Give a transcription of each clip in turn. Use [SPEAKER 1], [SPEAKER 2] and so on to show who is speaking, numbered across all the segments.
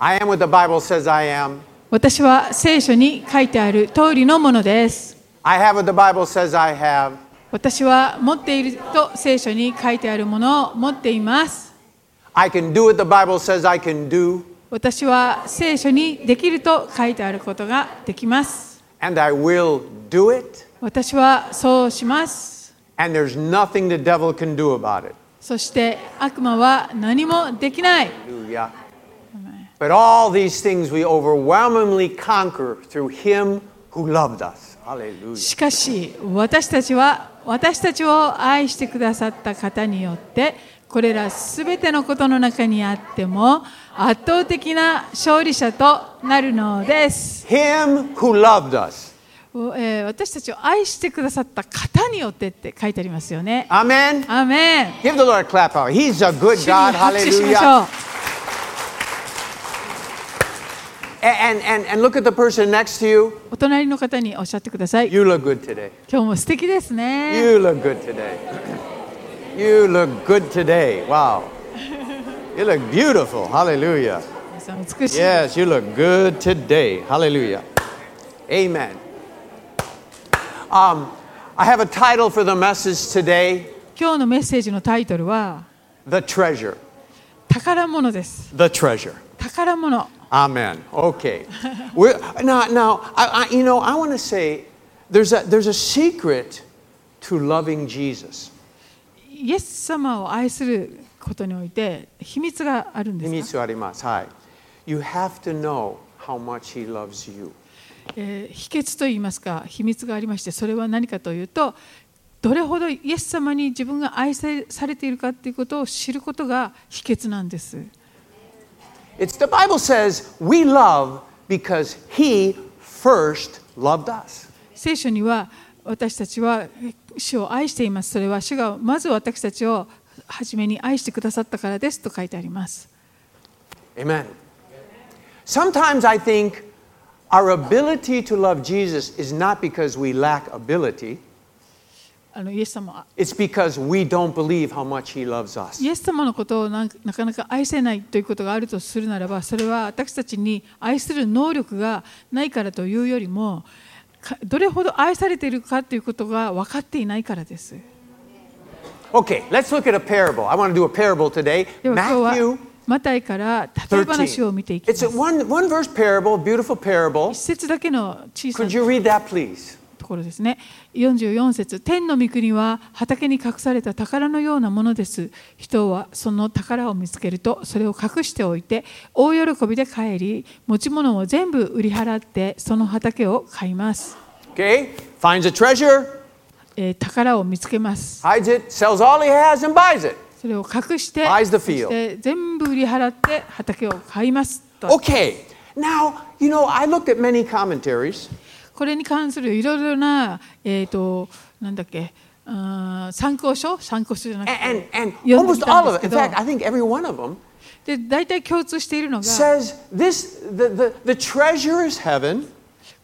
[SPEAKER 1] I am what the Bible says I am.
[SPEAKER 2] 私は聖書に書いてある通りのものです。
[SPEAKER 1] I have what the Bible says I have.
[SPEAKER 2] 私は持っていると聖書に書いてあるものを持っています。
[SPEAKER 1] I can do what the Bible says I can do,
[SPEAKER 2] 私は聖書にできると書いてあることができます。
[SPEAKER 1] and I will do it,
[SPEAKER 2] 私はそうします。
[SPEAKER 1] and there's nothing the devil can do about it.
[SPEAKER 2] そして悪魔は何もできない。
[SPEAKER 1] Hallelujah. But all these things we overwhelmingly conquer through him who loved us. Hallelujah.
[SPEAKER 2] しかし私たちは私たちを愛してくださった方によってこれらすべてのことの中にあっても圧倒的な勝利者となるのです、
[SPEAKER 1] Him who loved us.
[SPEAKER 2] おえー私たちを愛してくださった方によってって書いてありますよね
[SPEAKER 1] Amen.
[SPEAKER 2] アーメン
[SPEAKER 1] Give the Lord a clap out. He's a good
[SPEAKER 2] 主に
[SPEAKER 1] God.
[SPEAKER 2] 拍手しましょ
[SPEAKER 1] Hallelujah.
[SPEAKER 2] う
[SPEAKER 1] And, and, and look at the person next to you.
[SPEAKER 2] お隣の方におっしゃってください
[SPEAKER 1] You look good today.
[SPEAKER 2] 今日も素敵ですね
[SPEAKER 1] You look good today. You look good today. Wow. You look beautiful. Hallelujah.
[SPEAKER 2] 皆さん美しい、
[SPEAKER 1] Yes, you look good today. Hallelujah. Amen. Um, I have a title for the message today
[SPEAKER 2] 今日のメッセージのタイトルは
[SPEAKER 1] The Treasure.
[SPEAKER 2] 宝物です
[SPEAKER 1] The Treasure.
[SPEAKER 2] 宝物
[SPEAKER 1] Amen. Okay. We're, now, now I, I, you know, I want to say there's a, there's a secret to loving Jesus.
[SPEAKER 2] イエス様を愛することにおいて秘密があるんですか、
[SPEAKER 1] 秘密あります。はい。You have to know how much He loves you.
[SPEAKER 2] えー秘訣といいますか秘密がありましてそれは何かというとどれほどイエス様に自分が愛せされているかということを知ることが秘訣なんです
[SPEAKER 1] It's the Bible says we love because He first loved us.
[SPEAKER 2] 聖書には私たちは主を愛していますそれは主がまず私たちを初めに愛してくださったからですと書いてあります
[SPEAKER 1] Amen. Sometimes I think our ability to love Jesus is not because we lack ability,
[SPEAKER 2] あのイエス様
[SPEAKER 1] it's because we don't believe how much He loves us.
[SPEAKER 2] イエス様のことをなんかなかなか愛せないということがあるとするならばそれは私たちに愛する能力がないからというよりもかどれほど愛されているかということが分かっていないからです。
[SPEAKER 1] Okay, let's look at a parable. I want to do a parable today.
[SPEAKER 2] では今日
[SPEAKER 1] Matthew
[SPEAKER 2] はマタイから例え話を見てい
[SPEAKER 1] 13.
[SPEAKER 2] きま
[SPEAKER 1] It's
[SPEAKER 2] す
[SPEAKER 1] a。one, one verse parable, beautiful
[SPEAKER 2] 一
[SPEAKER 1] parable.
[SPEAKER 2] 節だけの小さ
[SPEAKER 1] Could
[SPEAKER 2] な
[SPEAKER 1] you read that, please?
[SPEAKER 2] ところですね。44節天の御国は畑に隠された宝のようなものです。人はその宝を見つけると、それを隠しておいて、大喜びで帰り、持ち物を全部売り払って、その畑を買います。
[SPEAKER 1] Okay, finds a treasure,
[SPEAKER 2] えー宝を見つけます。
[SPEAKER 1] hides it, sells all he has, and buys it.
[SPEAKER 2] それを隠して、
[SPEAKER 1] Buys the
[SPEAKER 2] そ
[SPEAKER 1] field.
[SPEAKER 2] して全部売り払って畑を買います。と
[SPEAKER 1] Okay, now, you know, I looked at many commentaries.
[SPEAKER 2] これに関するいろいろな、えー、となんだっけうーん参考書参考書じゃなくて
[SPEAKER 1] And, and,
[SPEAKER 2] 読
[SPEAKER 1] and
[SPEAKER 2] んで
[SPEAKER 1] almost
[SPEAKER 2] みたん
[SPEAKER 1] all of
[SPEAKER 2] で
[SPEAKER 1] it,
[SPEAKER 2] すけ
[SPEAKER 1] in
[SPEAKER 2] ど
[SPEAKER 1] fact, I think every one of them
[SPEAKER 2] で大体共通しているのが
[SPEAKER 1] says this the, the, the treasure is heaven,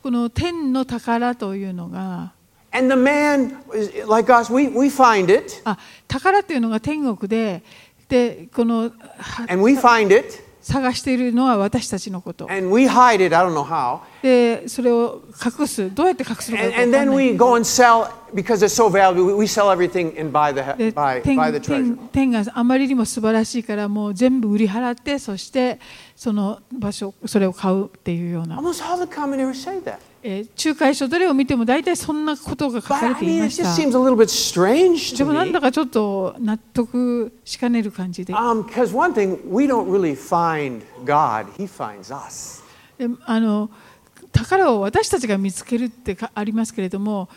[SPEAKER 2] この天の宝というのが
[SPEAKER 1] and the man is- like us, we, we find it,
[SPEAKER 2] あ宝というのが天国ででこのは
[SPEAKER 1] and we find it,
[SPEAKER 2] 探しているのは私たちのこと
[SPEAKER 1] and we hide it, I don't know how,
[SPEAKER 2] でそれを隠すどうやって隠すのか
[SPEAKER 1] and,
[SPEAKER 2] よくわかん
[SPEAKER 1] and
[SPEAKER 2] ない
[SPEAKER 1] then we go and sell because it's so valuable, we, we sell everything and buy the, he-
[SPEAKER 2] で
[SPEAKER 1] buy,
[SPEAKER 2] 天
[SPEAKER 1] buy the
[SPEAKER 2] 天
[SPEAKER 1] treasure.
[SPEAKER 2] 天があまりにも素晴らしいからもう全部売り払ってそしてその場所それを買うっていうような
[SPEAKER 1] Almost all the commentaries say that.
[SPEAKER 2] えー仲介書どれを見ても大体そんなことが書
[SPEAKER 1] But
[SPEAKER 2] かれ
[SPEAKER 1] I
[SPEAKER 2] てい
[SPEAKER 1] mean,
[SPEAKER 2] ま
[SPEAKER 1] it
[SPEAKER 2] し
[SPEAKER 1] just
[SPEAKER 2] た
[SPEAKER 1] seems a little bit strange
[SPEAKER 2] で
[SPEAKER 1] to
[SPEAKER 2] もなん
[SPEAKER 1] me.
[SPEAKER 2] だかちょっと納得しかねる感じで
[SPEAKER 1] Because Um, one thing, we don't really find God, He finds us.
[SPEAKER 2] であの宝を私たちが見つけるってかありますけれども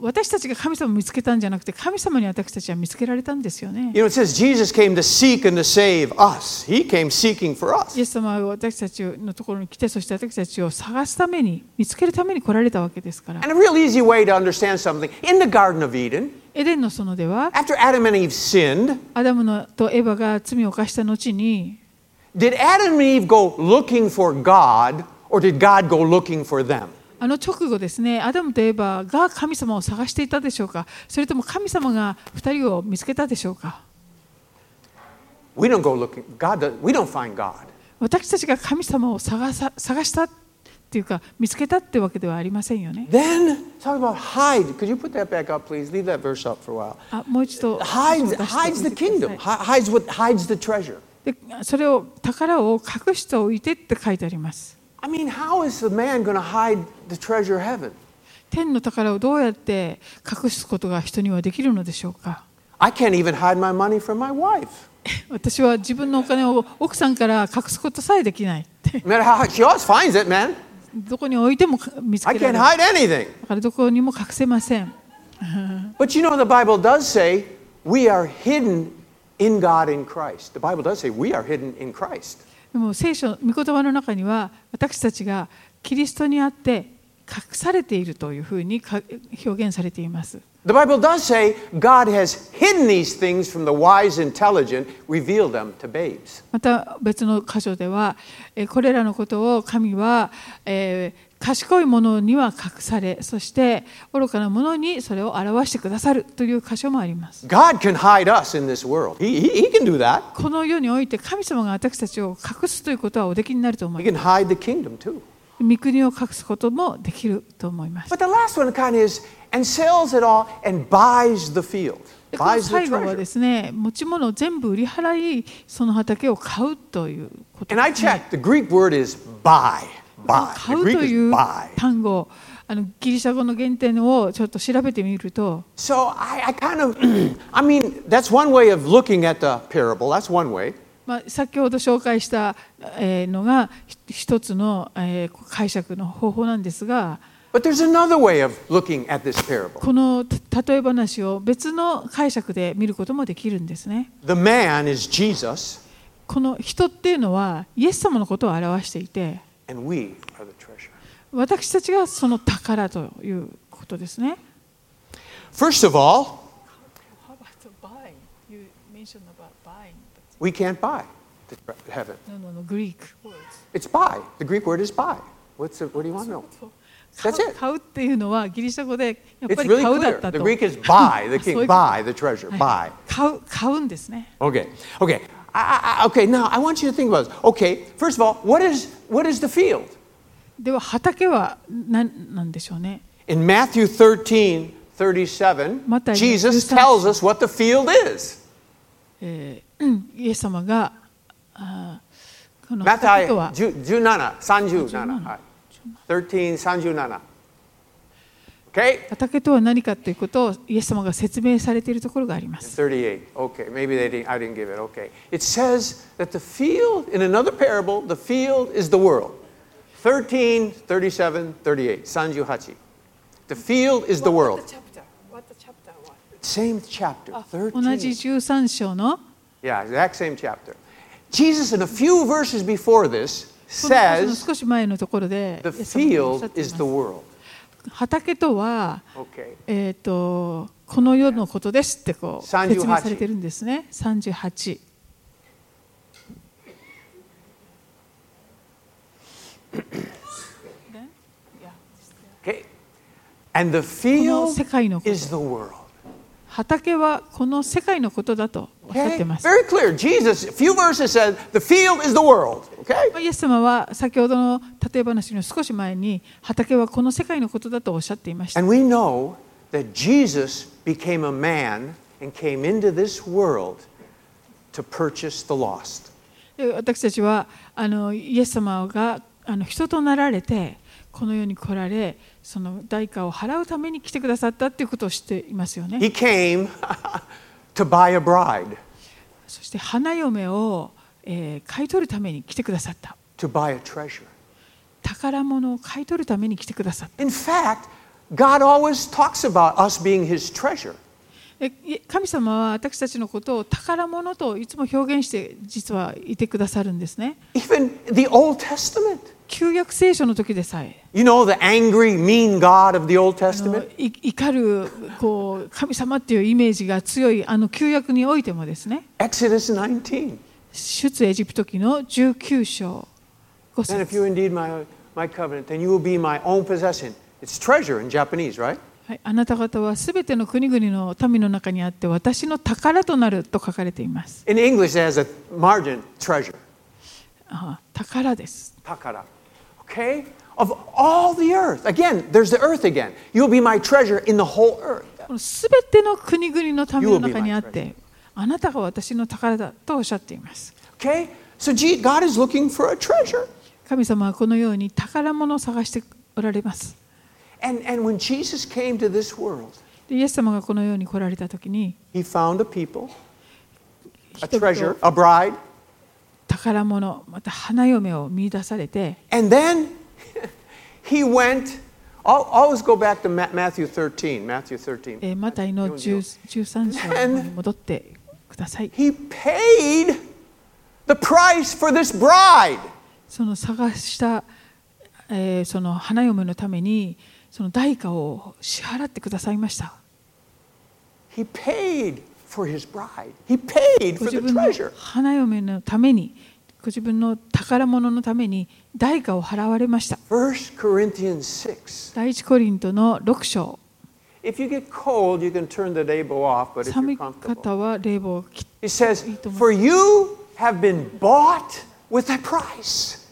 [SPEAKER 2] 私たちが神様を見つけたんじゃなくて神様に私たちは見つけられたんですよね
[SPEAKER 1] You know, it says Jesus came to seek and to save us. He came seeking for us.
[SPEAKER 2] イエス様は私たちのところに来てそして私たちを探すために見つけるために来られたわけですから
[SPEAKER 1] And a real easy way to understand something in the Garden of Eden,
[SPEAKER 2] エデンの園では
[SPEAKER 1] after Adam and Eve sinned,
[SPEAKER 2] アダムのとエヴァが罪を犯した後に
[SPEAKER 1] did Adam and Eve go looking for God or did God go looking for them?
[SPEAKER 2] あの直後ですね、アダムとエバが神様を探していたでしょうか、それとも神様が2人を見つけたでしょうか、
[SPEAKER 1] We don't go looking, God, does, we don't find God.
[SPEAKER 2] 私たちが神様を探さ探したっていうか見つけたってわけではありませんよね。
[SPEAKER 1] Then, talk about hide. Could you put that back up, please? Leave that verse up for a while.
[SPEAKER 2] あもう一度
[SPEAKER 1] Hides,
[SPEAKER 2] 出しておい
[SPEAKER 1] hides
[SPEAKER 2] て
[SPEAKER 1] the
[SPEAKER 2] ください
[SPEAKER 1] kingdom, Hi- hides, what, hides the treasure.
[SPEAKER 2] でそれを宝を隠しておいてって書いてあります。
[SPEAKER 1] I mean, how is the man going to hide the treasure of heaven?
[SPEAKER 2] 天の宝をどうやって隠すことが人にはできるのでしょうか
[SPEAKER 1] I can't even hide my money from my wife.
[SPEAKER 2] 私は自分のお金を奥さんから隠すことさえできない
[SPEAKER 1] No matter how she always finds it, man.
[SPEAKER 2] どこに置いてもか見つ
[SPEAKER 1] I
[SPEAKER 2] けられ
[SPEAKER 1] can't
[SPEAKER 2] ない
[SPEAKER 1] hide anything.
[SPEAKER 2] だからどこにも隠せません
[SPEAKER 1] But you know, the Bible does say we are hidden in God in Christ. The Bible does say we are hidden in Christ.
[SPEAKER 2] でも聖書御言葉の中には私たちがキリストにあって隠されているというふうにか表現されています
[SPEAKER 1] The Bible does say God has hidden these things from the wise, intelligent, revealed them to babes.
[SPEAKER 2] また別の箇所ではえーこれらのことを神は、えー賢い者には隠されそして愚かな者にそれを表してくださるという箇所もあります
[SPEAKER 1] God can hide us in this world. He, he, he can do that.
[SPEAKER 2] この世において神様が私たちを隠すということはおできになると思
[SPEAKER 1] He
[SPEAKER 2] いま
[SPEAKER 1] can hide the kingdom too.
[SPEAKER 2] す御国を隠すこともできると思います
[SPEAKER 1] But the last one kind of is and sells it all and buys the field,
[SPEAKER 2] でこの
[SPEAKER 1] buys the
[SPEAKER 2] 最後はで
[SPEAKER 1] treasure.
[SPEAKER 2] すね持ち物を全部売り払いその畑を買うということ
[SPEAKER 1] And
[SPEAKER 2] で
[SPEAKER 1] I
[SPEAKER 2] すね
[SPEAKER 1] checked. The Greek word is buy.
[SPEAKER 2] この
[SPEAKER 1] Buy. The
[SPEAKER 2] 買う
[SPEAKER 1] Greek
[SPEAKER 2] とい
[SPEAKER 1] is
[SPEAKER 2] う
[SPEAKER 1] buy.
[SPEAKER 2] 単語あのギリシャ語の原点をちょっと調べてみると
[SPEAKER 1] So I, I kind of, I mean, that's one way of looking at the parable. That's one way.
[SPEAKER 2] まあ、先ほど紹介したえーのがひ一つのえー解釈の方法なんですが
[SPEAKER 1] But there's another way of looking at this parable.
[SPEAKER 2] このた例え話を別の解釈で見ることもできるんですね。
[SPEAKER 1] The man is Jesus,
[SPEAKER 2] この人っていうのはイエス様のことを表していて
[SPEAKER 1] and we are the treasure.
[SPEAKER 2] 私たちがその宝ということですね。
[SPEAKER 1] First of all, we can't buy the tre- heaven. It's buy. The Greek word is buy. What's the, what do you want to know?
[SPEAKER 2] 買
[SPEAKER 1] That's
[SPEAKER 2] う
[SPEAKER 1] it.
[SPEAKER 2] 買うっていうのはギリシャ語でやっ
[SPEAKER 1] It's
[SPEAKER 2] ぱり
[SPEAKER 1] really
[SPEAKER 2] 買うだっ
[SPEAKER 1] clear.
[SPEAKER 2] た
[SPEAKER 1] The
[SPEAKER 2] と
[SPEAKER 1] Greek is buy the king,
[SPEAKER 2] そういうこと
[SPEAKER 1] buy the treasure,
[SPEAKER 2] は
[SPEAKER 1] buy.
[SPEAKER 2] い買う買うんですね。
[SPEAKER 1] Okay, okay, I, I, I- okay. Now I want you to think about this. Okay, first of all, what is what is the field?
[SPEAKER 2] では畑は何なんでしょうね。
[SPEAKER 1] In Matthew 13, 37,
[SPEAKER 2] Matayo
[SPEAKER 1] Jesus
[SPEAKER 2] 13.
[SPEAKER 1] tells us what the field is.
[SPEAKER 2] えー うんイエス様があーこの畑
[SPEAKER 1] Matthew
[SPEAKER 2] は
[SPEAKER 1] 17, 37, はい。13, 37. Okay?
[SPEAKER 2] 畑とは何かということをイエス様が説明されているところがあります。
[SPEAKER 1] 38. Okay, maybe they didn't, I didn't give it. Okay. It says that the field, in another parable, the field is the world. 13, 37, 38. Sanjuhachi. The field is the world. Same chapter.
[SPEAKER 2] 同
[SPEAKER 1] 13.
[SPEAKER 2] じ13章の
[SPEAKER 1] Yeah, exact same chapter. Jesus, in a few verses before this,
[SPEAKER 2] この箇所の
[SPEAKER 1] says
[SPEAKER 2] 少し前のところで
[SPEAKER 1] the
[SPEAKER 2] イエス様がおっしゃ
[SPEAKER 1] field
[SPEAKER 2] ってい
[SPEAKER 1] is
[SPEAKER 2] ま
[SPEAKER 1] the
[SPEAKER 2] す
[SPEAKER 1] world.
[SPEAKER 2] 畑とは、
[SPEAKER 1] Okay.
[SPEAKER 2] えー、とこの世のことですってこう
[SPEAKER 1] 38
[SPEAKER 2] 説明されてるんですね。38
[SPEAKER 1] Okay. And the
[SPEAKER 2] の
[SPEAKER 1] field
[SPEAKER 2] 世界のこと
[SPEAKER 1] is the world.
[SPEAKER 2] 畑はこの世界のことだとおっしゃっ
[SPEAKER 1] Okay?
[SPEAKER 2] てます。
[SPEAKER 1] Very clear. Jesus, a few verses said the field is the world. Okay?
[SPEAKER 2] イエス様は先ほどの例え話の少し前に畑はこの世界のことだとおっしゃっていました。
[SPEAKER 1] And we know that Jesus became a man and came into this world to purchase the lost.
[SPEAKER 2] で私たちはあのイエス様があの人となられてこの世に来られその代価を払うために来てくださったということを知っていますよね。
[SPEAKER 1] He came to buy a bride,
[SPEAKER 2] そして花嫁を、えー買い取るために来てくださった。
[SPEAKER 1] to buy a treasure.
[SPEAKER 2] 宝物を買い取るために来てくださった。
[SPEAKER 1] In fact, God always talks about us being His treasure.
[SPEAKER 2] えい神様は私たちのことを宝物といつも表現して実はいてくださるんですね。
[SPEAKER 1] Even the Old Testament.
[SPEAKER 2] 旧約聖書の時でさえ
[SPEAKER 1] You know the angry, mean God of the Old
[SPEAKER 2] あの
[SPEAKER 1] Testament?
[SPEAKER 2] い怒るこう神様っていうイメージが強いあの旧約においてもですね
[SPEAKER 1] Exodus 19.
[SPEAKER 2] 出エジプト記の19章
[SPEAKER 1] Then
[SPEAKER 2] 5
[SPEAKER 1] if you
[SPEAKER 2] 節、
[SPEAKER 1] indeed my, my covenant, then you will be my own possession. It's treasure in Japanese, right?
[SPEAKER 2] はい、あなた方はすべての国々の民の中にあって私の宝となると書かれています
[SPEAKER 1] In English, it has a margin, treasure.
[SPEAKER 2] あ宝です。
[SPEAKER 1] Takara. Okay? Of all the earth. Again, there's the earth again. You'll be my treasure in the whole earth.
[SPEAKER 2] すべての国々の民の中にあって、あなたが私の宝だとおっしゃっています。
[SPEAKER 1] Okay? So gee, God is looking for a treasure.
[SPEAKER 2] 神様はこのように宝物を探しておられます。
[SPEAKER 1] And, and when Jesus came to this world,
[SPEAKER 2] でイエス様がこのように来られた時に
[SPEAKER 1] he found a people, a
[SPEAKER 2] 人々
[SPEAKER 1] treasure, a bride,
[SPEAKER 2] 宝物また花嫁を見出されて
[SPEAKER 1] and then he went. I'll always go back to Ma- Matthew 13. Matthew 13.
[SPEAKER 2] えーマタイの10 13章に戻ってください
[SPEAKER 1] He paid the price for this bride.
[SPEAKER 2] その探した、えーその花嫁のためにその代価を支払ってくださいました
[SPEAKER 1] He paid for his bride. He paid
[SPEAKER 2] ご
[SPEAKER 1] for
[SPEAKER 2] 自
[SPEAKER 1] the
[SPEAKER 2] 分の
[SPEAKER 1] treasure.
[SPEAKER 2] 花嫁のためにご自分の宝物のために代価を払われました
[SPEAKER 1] 1 Corinthians 6.
[SPEAKER 2] 第一コリントの6章
[SPEAKER 1] If you get cold, you can turn the label off, but if
[SPEAKER 2] 寒
[SPEAKER 1] you're
[SPEAKER 2] い
[SPEAKER 1] comfortable.
[SPEAKER 2] 方は冷房を切って
[SPEAKER 1] It says,
[SPEAKER 2] いいと思う。
[SPEAKER 1] For you have been bought with a price.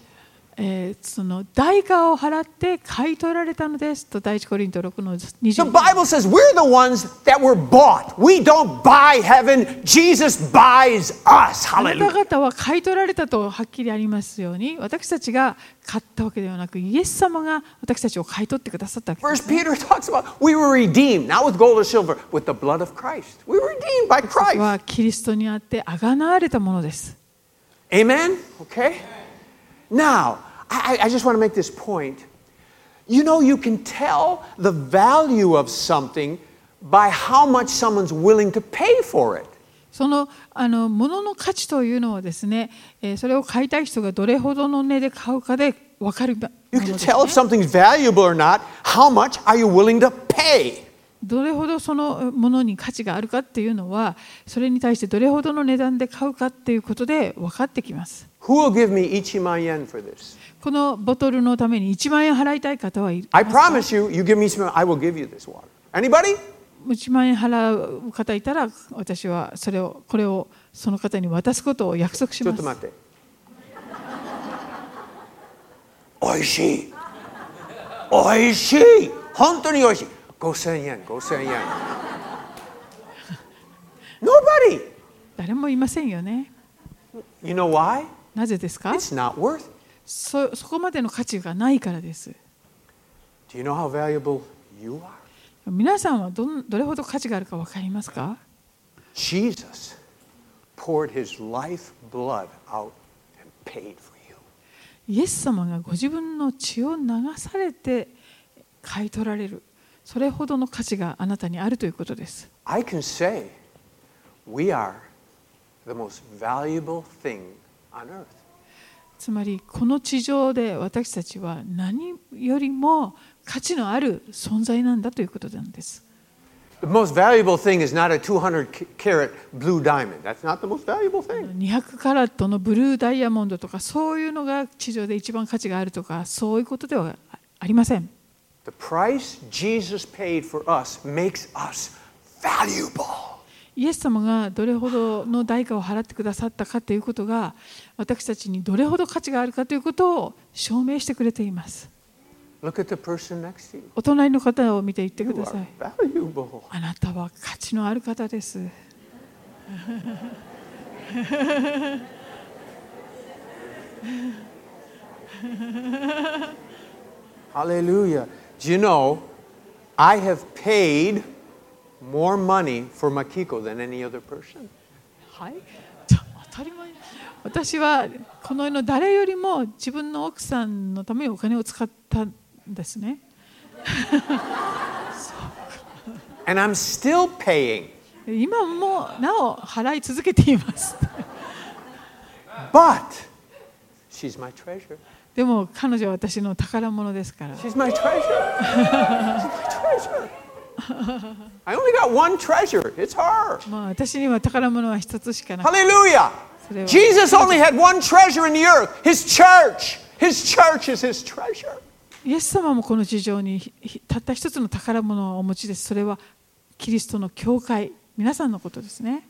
[SPEAKER 2] えーその代価を払って買い取られたのですと第一コリント6の
[SPEAKER 1] The
[SPEAKER 2] 20
[SPEAKER 1] Bible says we're the ones that were bought. We don't buy heaven, Jesus buys us.
[SPEAKER 2] あなた
[SPEAKER 1] Hallelujah.
[SPEAKER 2] 方は買い取られたとはっきりありますように私たちが買ったわけではなくイエス様が私たちを買い取ってくださったわけです
[SPEAKER 1] First Peter talks about we were redeemed, not with gold or silver, with the blood of Christ. We were redeemed by
[SPEAKER 2] 私たち
[SPEAKER 1] Christ.
[SPEAKER 2] はキリストにあってあがなわれたものです
[SPEAKER 1] Amen? Okay? Now, I, I I just want to make this point. You know, you can tell the value of something by how much someone's willing to pay for it.
[SPEAKER 2] そのあの物の価値というのはですね、えーそれを買いたい人がどれほどの値で買うかで分かるも
[SPEAKER 1] You
[SPEAKER 2] の
[SPEAKER 1] can
[SPEAKER 2] です、
[SPEAKER 1] tell if
[SPEAKER 2] ね、
[SPEAKER 1] something's valuable or not. How much are you willing to pay?
[SPEAKER 2] どれほどそのものに価値があるかっていうのはそれに対してどれほどの値段で買うかっていうことで分かってきます
[SPEAKER 1] Who will give me ichima yen for this?
[SPEAKER 2] このボトルのために1万円払いたい方はいる
[SPEAKER 1] I promise you, you give me some, I will give you this water. Anybody?
[SPEAKER 2] 1万円払う方いたら私はそれをこれをその方に渡すことを約束します
[SPEAKER 1] ちょっと待って。おいしい。おいしい。本当においしい。5000円、5000円。Nobody!
[SPEAKER 2] 誰もいませんよね
[SPEAKER 1] You know why?
[SPEAKER 2] なぜですか
[SPEAKER 1] It's not worth it.
[SPEAKER 2] そそこまでの価値がないからです
[SPEAKER 1] Do you know how valuable you are?
[SPEAKER 2] 皆さんはどんどれほど価値があるか分かりますか
[SPEAKER 1] Jesus poured his life blood out and paid for you.
[SPEAKER 2] イエス様がご自分の血を流されて買い取られるそれほどの価値があなたにあるということです
[SPEAKER 1] I can say we are the most valuable thing on earth.
[SPEAKER 2] つまりこの地上で私たちは何よりも価値のある存在なんだということなんです
[SPEAKER 1] The most valuable thing is not a 200 ca- carat blue diamond. That's not the most valuable thing.
[SPEAKER 2] 200カラットのブルーダイヤモンドとかそういうのが地上で一番価値があるとかそういうことではありません
[SPEAKER 1] The price Jesus paid for us makes us valuable.
[SPEAKER 2] イエス様がどれほどの代価を払ってくださったかということが私たちにどれほど価値があるかということを証明してくれています
[SPEAKER 1] Look at the person next to you.
[SPEAKER 2] お隣の方を見て言って
[SPEAKER 1] You
[SPEAKER 2] くださ
[SPEAKER 1] are
[SPEAKER 2] い
[SPEAKER 1] valuable.
[SPEAKER 2] あなたは価値のある方です
[SPEAKER 1] Hallelujah. Do you know, I have paid more money for Makiko than any other person.
[SPEAKER 2] はいちょ当たり前私はこの世の誰よりも自分の奥さんのためにお金を使ったんですね
[SPEAKER 1] And I'm still paying.
[SPEAKER 2] 今もなお払い続けています
[SPEAKER 1] But she's my treasure.
[SPEAKER 2] でも彼女は私の宝物ですから
[SPEAKER 1] She's my treasure. She's my treasure. I only got one treasure. It's her.
[SPEAKER 2] まあ私には宝物は一つしかなく
[SPEAKER 1] Hallelujah.
[SPEAKER 2] Hallelujah.
[SPEAKER 1] Jesus only had one treasure in the earth his church. His church is his treasure.
[SPEAKER 2] イエス様もこの地上にひひたった一つの宝物をお持ちですそれはキリストの教会皆さんのことですね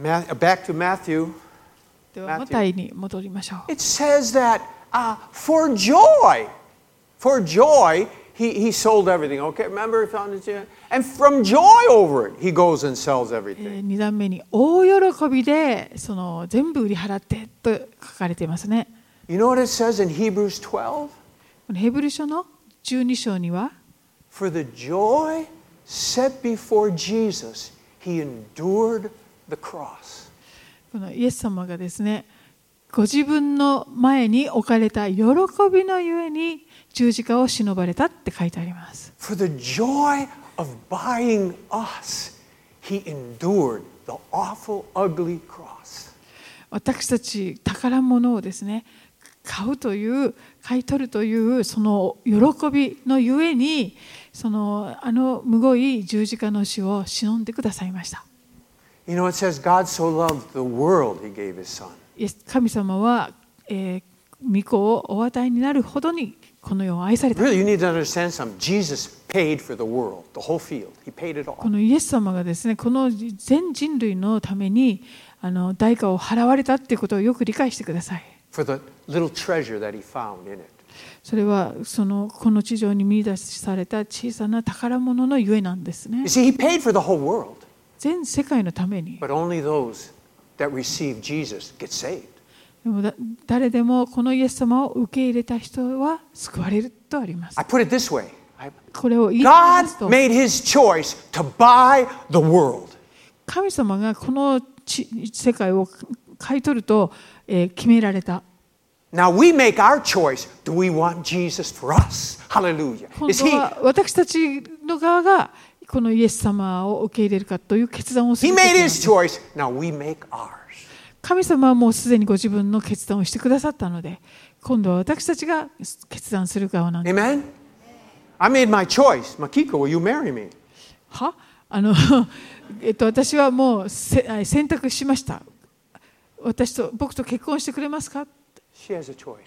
[SPEAKER 1] Ma- Back to uh, Matthew
[SPEAKER 2] ではマタイに戻りましょう。
[SPEAKER 1] It says that uh, for joy, for joy, he, he sold everything. Okay, remember, he found it. And from joy over it, he goes and sells
[SPEAKER 2] え
[SPEAKER 1] everything.
[SPEAKER 2] 2段目に大喜びでその全部売り払ってと書かれていますね。
[SPEAKER 1] You know what it says in Hebrews 12?
[SPEAKER 2] このヘブル書の12章には
[SPEAKER 1] For the joy set before Jesus, he endured the cross.
[SPEAKER 2] このイエス様がですねご自分の前に置かれた喜びのゆえに十字架を忍ばれたって書いてあります。
[SPEAKER 1] For the joy of buying us, he endured the awful, ugly cross.
[SPEAKER 2] 私たち宝物をですね買うという買い取るというその喜びのゆえにそのあのむごい十字架の死を忍んでくださいました。
[SPEAKER 1] You know, it says God so loved the world, he gave his son.
[SPEAKER 2] イエス神様は、えー御子をお与えになるほどにこの世を愛された
[SPEAKER 1] Really, you need to understand something. Jesus paid for the world, the whole field. He paid it
[SPEAKER 2] こ
[SPEAKER 1] all.
[SPEAKER 2] のイエス様がですねこの全人類のためにあの代価を払われたっていうことをよく理解してください
[SPEAKER 1] For the little treasure that he found in it.
[SPEAKER 2] それはそのこの地上に見出された小さな宝物のゆえなんですね
[SPEAKER 1] You see, he paid for the whole world,
[SPEAKER 2] 全世界のために
[SPEAKER 1] but only those that receive Jesus get saved.
[SPEAKER 2] でもだ誰でもこのイエス様を受け入れた人は救われるとあります
[SPEAKER 1] I put it this way I-
[SPEAKER 2] これを言い換えますと
[SPEAKER 1] God made his choice to buy the world.
[SPEAKER 2] 神様がこの地世界を買い取ると、えー決められた
[SPEAKER 1] Now we make our choice. Do we want Jesus for us? Hallelujah.
[SPEAKER 2] 今
[SPEAKER 1] Is
[SPEAKER 2] 度
[SPEAKER 1] he,
[SPEAKER 2] は私たちの側がこのイエス様を受け入れるかという決断をす
[SPEAKER 1] he
[SPEAKER 2] ることなん
[SPEAKER 1] made
[SPEAKER 2] で
[SPEAKER 1] his
[SPEAKER 2] す
[SPEAKER 1] choice. Now we make ours.
[SPEAKER 2] 神様はもうすでにご自分の決断をしてくださったので今度は私たちが決断する側なんです
[SPEAKER 1] Amen? I made my choice. Makiko, will you marry me?
[SPEAKER 2] はあの、 えっと、私はもうせあ選択しました私と僕と結婚してくれますか
[SPEAKER 1] She has a choice.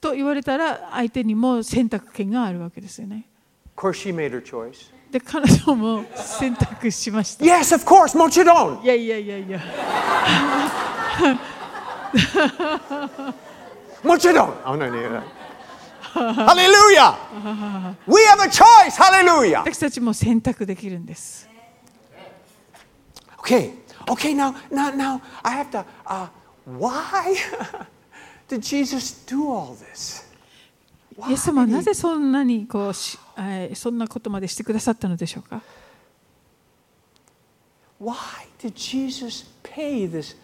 [SPEAKER 2] と言われたら相手にも選択権があるわけですよね
[SPEAKER 1] Of course, she made her choice.
[SPEAKER 2] で彼女も選択しました
[SPEAKER 1] Yes, of course, Mochidon.
[SPEAKER 2] いやいやいやいや
[SPEAKER 1] Mochidon. Oh, no, no, no. Hallelujah. We have a choice. Hallelujah.
[SPEAKER 2] 私たちも選択できるんです
[SPEAKER 1] Okay, okay, now, now, now, I have to, uh, why did Jesus do all this?
[SPEAKER 2] イエス様はなぜそんなにこうしえーそんなことまでしてくださったのでしょうか
[SPEAKER 1] Why did Jesus pay this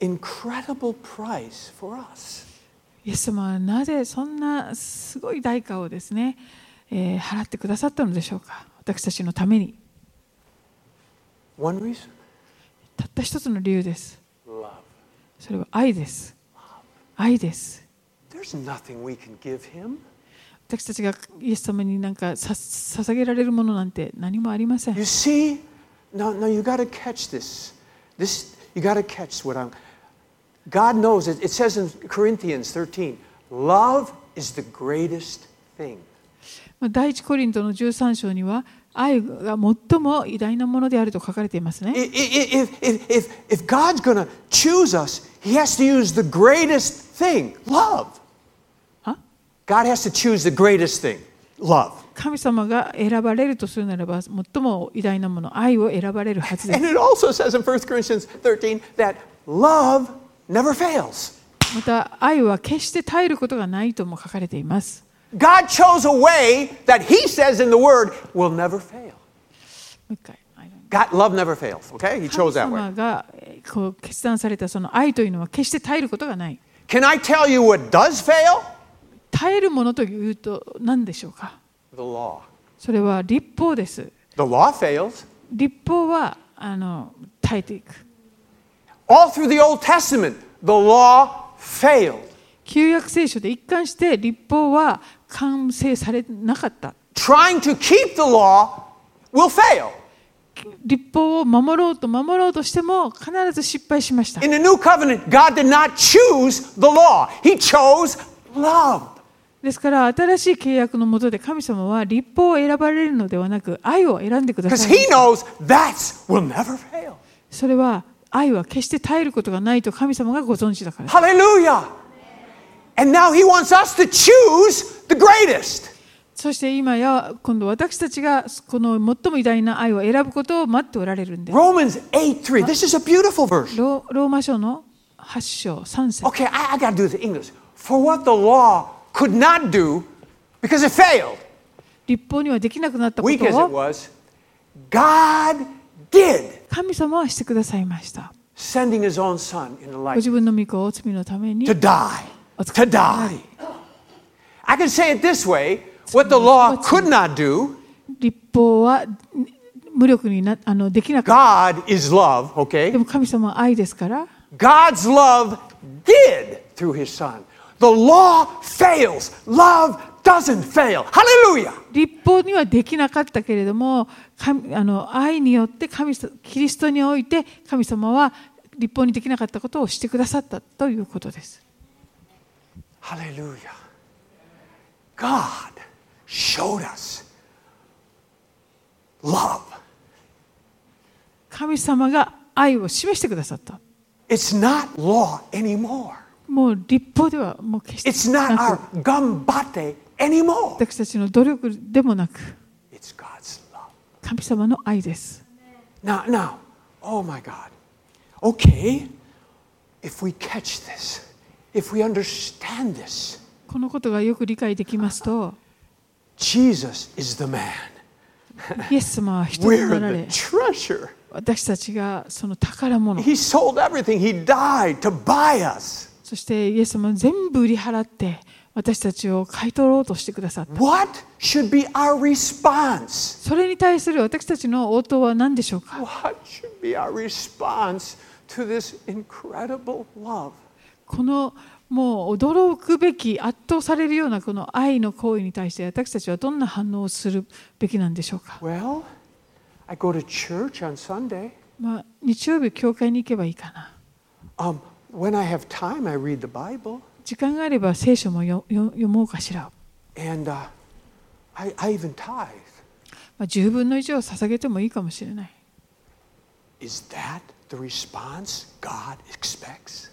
[SPEAKER 1] incredible price for us?
[SPEAKER 2] イエス様はなぜそんなすごい代価をですね、えー払ってくださったのでしょうか私たちのために
[SPEAKER 1] One reason
[SPEAKER 2] たった一つの理由です
[SPEAKER 1] love.
[SPEAKER 2] それは愛です愛です
[SPEAKER 1] There's nothing we can give him.
[SPEAKER 2] 私たちがイエス様になんかさ捧げられるものなんて何もありません
[SPEAKER 1] You see, no, no, you got to catch this. This, you got to catch what I'm. God knows it. It says in Corinthians 13, love is the greatest thing.
[SPEAKER 2] まあ第一コリントの13章には愛が最も偉大なものであると書かれていますね
[SPEAKER 1] I- i- i- If, if, if, if God's going to choose us, He has to use the greatest thing love.
[SPEAKER 2] は
[SPEAKER 1] God has to choose the greatest thing love.
[SPEAKER 2] 神様が選ばれるとするならば最も偉大なもの愛を選ばれるはずで
[SPEAKER 1] And
[SPEAKER 2] す
[SPEAKER 1] it also says in 1 Corinthians 13 that love never fails.
[SPEAKER 2] また愛は決して耐えることがないとも書かれています
[SPEAKER 1] God chose a way that He says in the Word will never fail.
[SPEAKER 2] もう一回 I don't-
[SPEAKER 1] God, love never fails, okay? He
[SPEAKER 2] 神
[SPEAKER 1] chose that way.
[SPEAKER 2] 様がえーこう決断されたその愛というのは決して耐えることがない
[SPEAKER 1] Can I tell you what does fail?
[SPEAKER 2] 耐えるものというと何でしょうか
[SPEAKER 1] The law.
[SPEAKER 2] それは立法です
[SPEAKER 1] The law fails.
[SPEAKER 2] 立法はあの耐えていく
[SPEAKER 1] All through the Old Testament, the law failed.
[SPEAKER 2] 旧約聖書で一貫して立法は完成されなかった
[SPEAKER 1] trying to keep the law will fail.
[SPEAKER 2] 立法を守ろうと守ろうとしても必ず失敗しました
[SPEAKER 1] In the new covenant, God did not choose the law, He chose love.
[SPEAKER 2] ですから新しい契約のもとで神様は立法を選ばれるのではなく愛を選んでくだ
[SPEAKER 1] Because
[SPEAKER 2] さい
[SPEAKER 1] He knows that will never fail.
[SPEAKER 2] それは愛は決して耐えることがないと神様がご存知だからです
[SPEAKER 1] Hallelujah. And now he wants us to choose the greatest.
[SPEAKER 2] そして今や今度私たちがこの最も偉大な愛を選ぶことを待っておられるんです。
[SPEAKER 1] Romans 8 3. This is a beautiful verse.
[SPEAKER 2] ロローマ書の8章3節
[SPEAKER 1] Okay, I, I got to do this in English. For what the law could not do because it failed,
[SPEAKER 2] 立法にはできなくなったこ
[SPEAKER 1] weak as it
[SPEAKER 2] とを
[SPEAKER 1] was, God did,
[SPEAKER 2] 神様はしてくださいました。
[SPEAKER 1] sending his own son in the
[SPEAKER 2] ご
[SPEAKER 1] light
[SPEAKER 2] 自分の御子を罪のために
[SPEAKER 1] to die. To die. I can say it this way what the law could not do,
[SPEAKER 2] 立法はん無力になあのできなかっ
[SPEAKER 1] God is love,
[SPEAKER 2] た。で
[SPEAKER 1] okay?
[SPEAKER 2] も神様は愛ですから。
[SPEAKER 1] God's love did through his son. The law fails, love doesn't fail. Hallelujah.
[SPEAKER 2] 立法にはできなかったけれども神あの愛によって神さキリストにおいて神様は立法にできなかったことをしてくださったということです。
[SPEAKER 1] Hallelujah. God showed us love.
[SPEAKER 2] 神様が愛を示してくださった。
[SPEAKER 1] It's not law anymore.
[SPEAKER 2] もう立法ではもう決し
[SPEAKER 1] It's
[SPEAKER 2] てな
[SPEAKER 1] not our
[SPEAKER 2] く
[SPEAKER 1] gambate anymore.
[SPEAKER 2] 私たちの努力でもなく
[SPEAKER 1] It's God's love.
[SPEAKER 2] 神様の愛です。
[SPEAKER 1] Now, now, oh my God. Okay, if we catch this, if we understand this,
[SPEAKER 2] このことがよく理解できます と
[SPEAKER 1] Jesus is the man.
[SPEAKER 2] イエス様は人と
[SPEAKER 1] We're
[SPEAKER 2] なら
[SPEAKER 1] the
[SPEAKER 2] れ
[SPEAKER 1] treasure.
[SPEAKER 2] 私たちがその宝物
[SPEAKER 1] He sold everything. He died to buy us.
[SPEAKER 2] そしてイエス様は全部売り払って私たちを買い取ろうとしてくださった
[SPEAKER 1] What should be our response?
[SPEAKER 2] それに対する私たちの応答は何でしょうか
[SPEAKER 1] What should be our response to this incredible love?
[SPEAKER 2] このもう驚くべき圧倒されるようなこの愛の行為に対して私たちはどんな反応をするべきなんでしょうか、
[SPEAKER 1] Well, I go to church on Sunday.
[SPEAKER 2] まあ、日曜日教会に行けばいいかな
[SPEAKER 1] Um, when I have time, I read the Bible.
[SPEAKER 2] 時間があれば聖書もよよ読もうかしら、
[SPEAKER 1] And uh, I, I even tithe.
[SPEAKER 2] まあ、10分の1を捧げてもいいかもしれない
[SPEAKER 1] Is that the response God expects?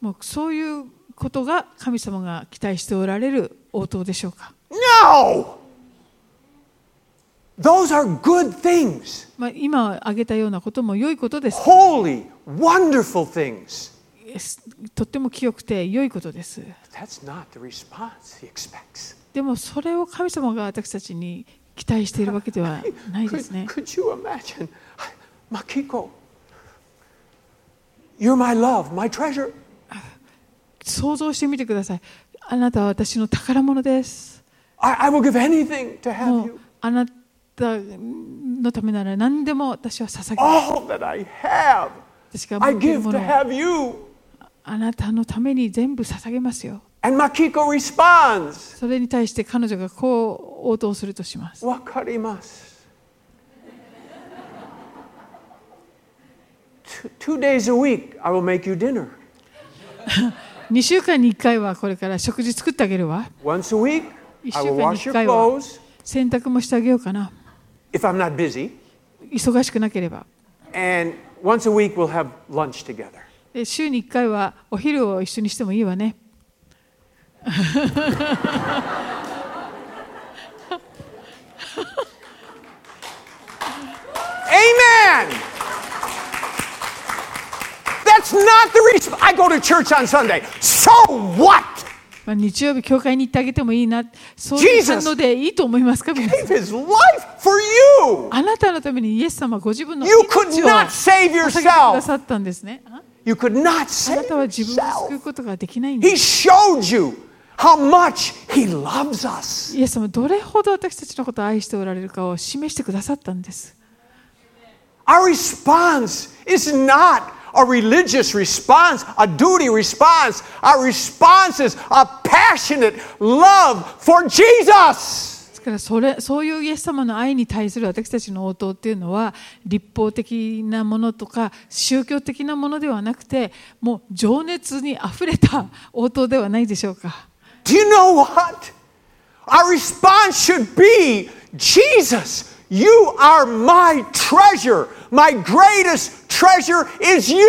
[SPEAKER 2] もうそういうことが神様が期待しておられる応答でしょうか、
[SPEAKER 1] No! Those are good things,
[SPEAKER 2] まあ、今挙げたようなことも良いことです
[SPEAKER 1] holy, wonderful things.
[SPEAKER 2] とっても清くて良いことです。
[SPEAKER 1] That's not the response He expects.
[SPEAKER 2] でもそれを神様が私たちに期待しているわけではないですね
[SPEAKER 1] Could,。could you imagine? Makiko, you're my love, my treasure.
[SPEAKER 2] 想像してみてください。あなたは私の宝物です。
[SPEAKER 1] I, I will give anything to have
[SPEAKER 2] もう
[SPEAKER 1] you.
[SPEAKER 2] あなたのためなら何でも私は捧げま
[SPEAKER 1] All that I have,
[SPEAKER 2] す。私が
[SPEAKER 1] I
[SPEAKER 2] 持っている
[SPEAKER 1] give to
[SPEAKER 2] ものを
[SPEAKER 1] have you.
[SPEAKER 2] あなたのために全部捧げますよ。
[SPEAKER 1] And Makiko responds,
[SPEAKER 2] それに対して彼女がこう応答するとします。
[SPEAKER 1] Wakarimasu. Two- Two days a week, I will make you dinner.
[SPEAKER 2] 2週間に1回はこれから食事作ってあげるわ。
[SPEAKER 1] Once a week,
[SPEAKER 2] 1
[SPEAKER 1] I will wash
[SPEAKER 2] 週間に1
[SPEAKER 1] your
[SPEAKER 2] 回は
[SPEAKER 1] clothes
[SPEAKER 2] 洗濯もしてあげようかな。
[SPEAKER 1] if I'm not busy.
[SPEAKER 2] 忙しくなければ。
[SPEAKER 1] And once a week, we'll have lunch together.
[SPEAKER 2] で週に1回はお昼を一緒にしてもいいわね。
[SPEAKER 1] Amen. That's not the reason I go to church on Sunday. So what?
[SPEAKER 2] まあ、日曜日、教会に行ってあげてもいいな、そういう反応でいいと思いますか、皆さん
[SPEAKER 1] Gave his life for you.
[SPEAKER 2] あなたのためにイエス様はご自分の
[SPEAKER 1] You
[SPEAKER 2] 命
[SPEAKER 1] could
[SPEAKER 2] を
[SPEAKER 1] not
[SPEAKER 2] 捧
[SPEAKER 1] save
[SPEAKER 2] げてく
[SPEAKER 1] yourself.
[SPEAKER 2] ださったんですね。あ
[SPEAKER 1] You could not
[SPEAKER 2] あな
[SPEAKER 1] save
[SPEAKER 2] たは自分を救う
[SPEAKER 1] yourself.
[SPEAKER 2] ことができないんで
[SPEAKER 1] He
[SPEAKER 2] す。
[SPEAKER 1] showed you how much he loves us.
[SPEAKER 2] イエス様はどれほど私たちのことを愛しておられるかを示してくださったんです。
[SPEAKER 1] Our response is not a religious response, a duty response. Our response is a passionate love for Jesus.
[SPEAKER 2] ですからそれそういうイエス様の愛に対する私たちの応答っていうのは立法的なものとか宗教的なものではなくてもう情熱にあふれた応答ではないでしょうか
[SPEAKER 1] Do you know what? Our response should be Jesus, you are my treasure, my greatest treasure is you.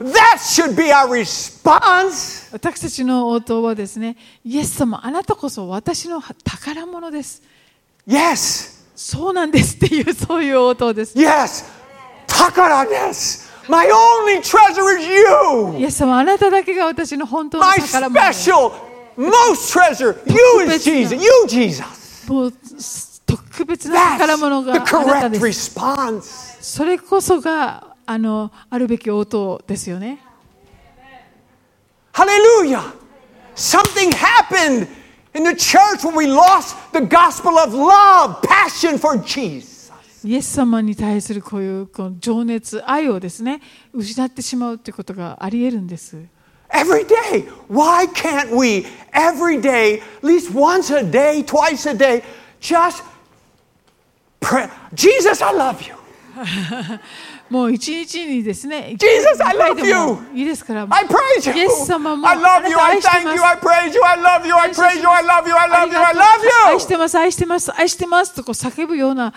[SPEAKER 1] That should be our response.
[SPEAKER 2] 私たちの応答はですね、イエス様、あなたこそ私の宝物です。
[SPEAKER 1] Yes,
[SPEAKER 2] そうなんですっていう、そういう応答です。
[SPEAKER 1] yes. Takara desu. My only treasure is you.
[SPEAKER 2] イエス様、あなただけが私の本当の
[SPEAKER 1] My
[SPEAKER 2] 宝物です。
[SPEAKER 1] special, most treasure. You is Jesus. You, Jesus.
[SPEAKER 2] もうす特別な宝
[SPEAKER 1] That's
[SPEAKER 2] 物があ
[SPEAKER 1] the
[SPEAKER 2] なた
[SPEAKER 1] correct
[SPEAKER 2] です。
[SPEAKER 1] response.
[SPEAKER 2] それこそがあのあるべき応答ですよね。
[SPEAKER 1] Hallelujah. Something happened in the church when we lost the gospel of love, passion for Jesus.
[SPEAKER 2] イエス様に対するこういうこの情熱、愛をですね、失ってしまうということがあり得るんです。
[SPEAKER 1] Every day. Why can't we every day, at least once a day, twice a day, just pray, Jesus, I love you.
[SPEAKER 2] もう一日にですね、
[SPEAKER 1] Jesus, I
[SPEAKER 2] 一回で
[SPEAKER 1] love
[SPEAKER 2] も
[SPEAKER 1] you.
[SPEAKER 2] いいですから、
[SPEAKER 1] I praise you.
[SPEAKER 2] イエス様も
[SPEAKER 1] I love you.
[SPEAKER 2] あ
[SPEAKER 1] I
[SPEAKER 2] なた
[SPEAKER 1] thank you. I praise you. I love you. I
[SPEAKER 2] 愛してます
[SPEAKER 1] praise you. I love you. I
[SPEAKER 2] あ
[SPEAKER 1] love
[SPEAKER 2] り
[SPEAKER 1] you. I
[SPEAKER 2] がとう愛
[SPEAKER 1] love
[SPEAKER 2] し
[SPEAKER 1] you.
[SPEAKER 2] てます、愛してます、愛してますとこう叫ぶような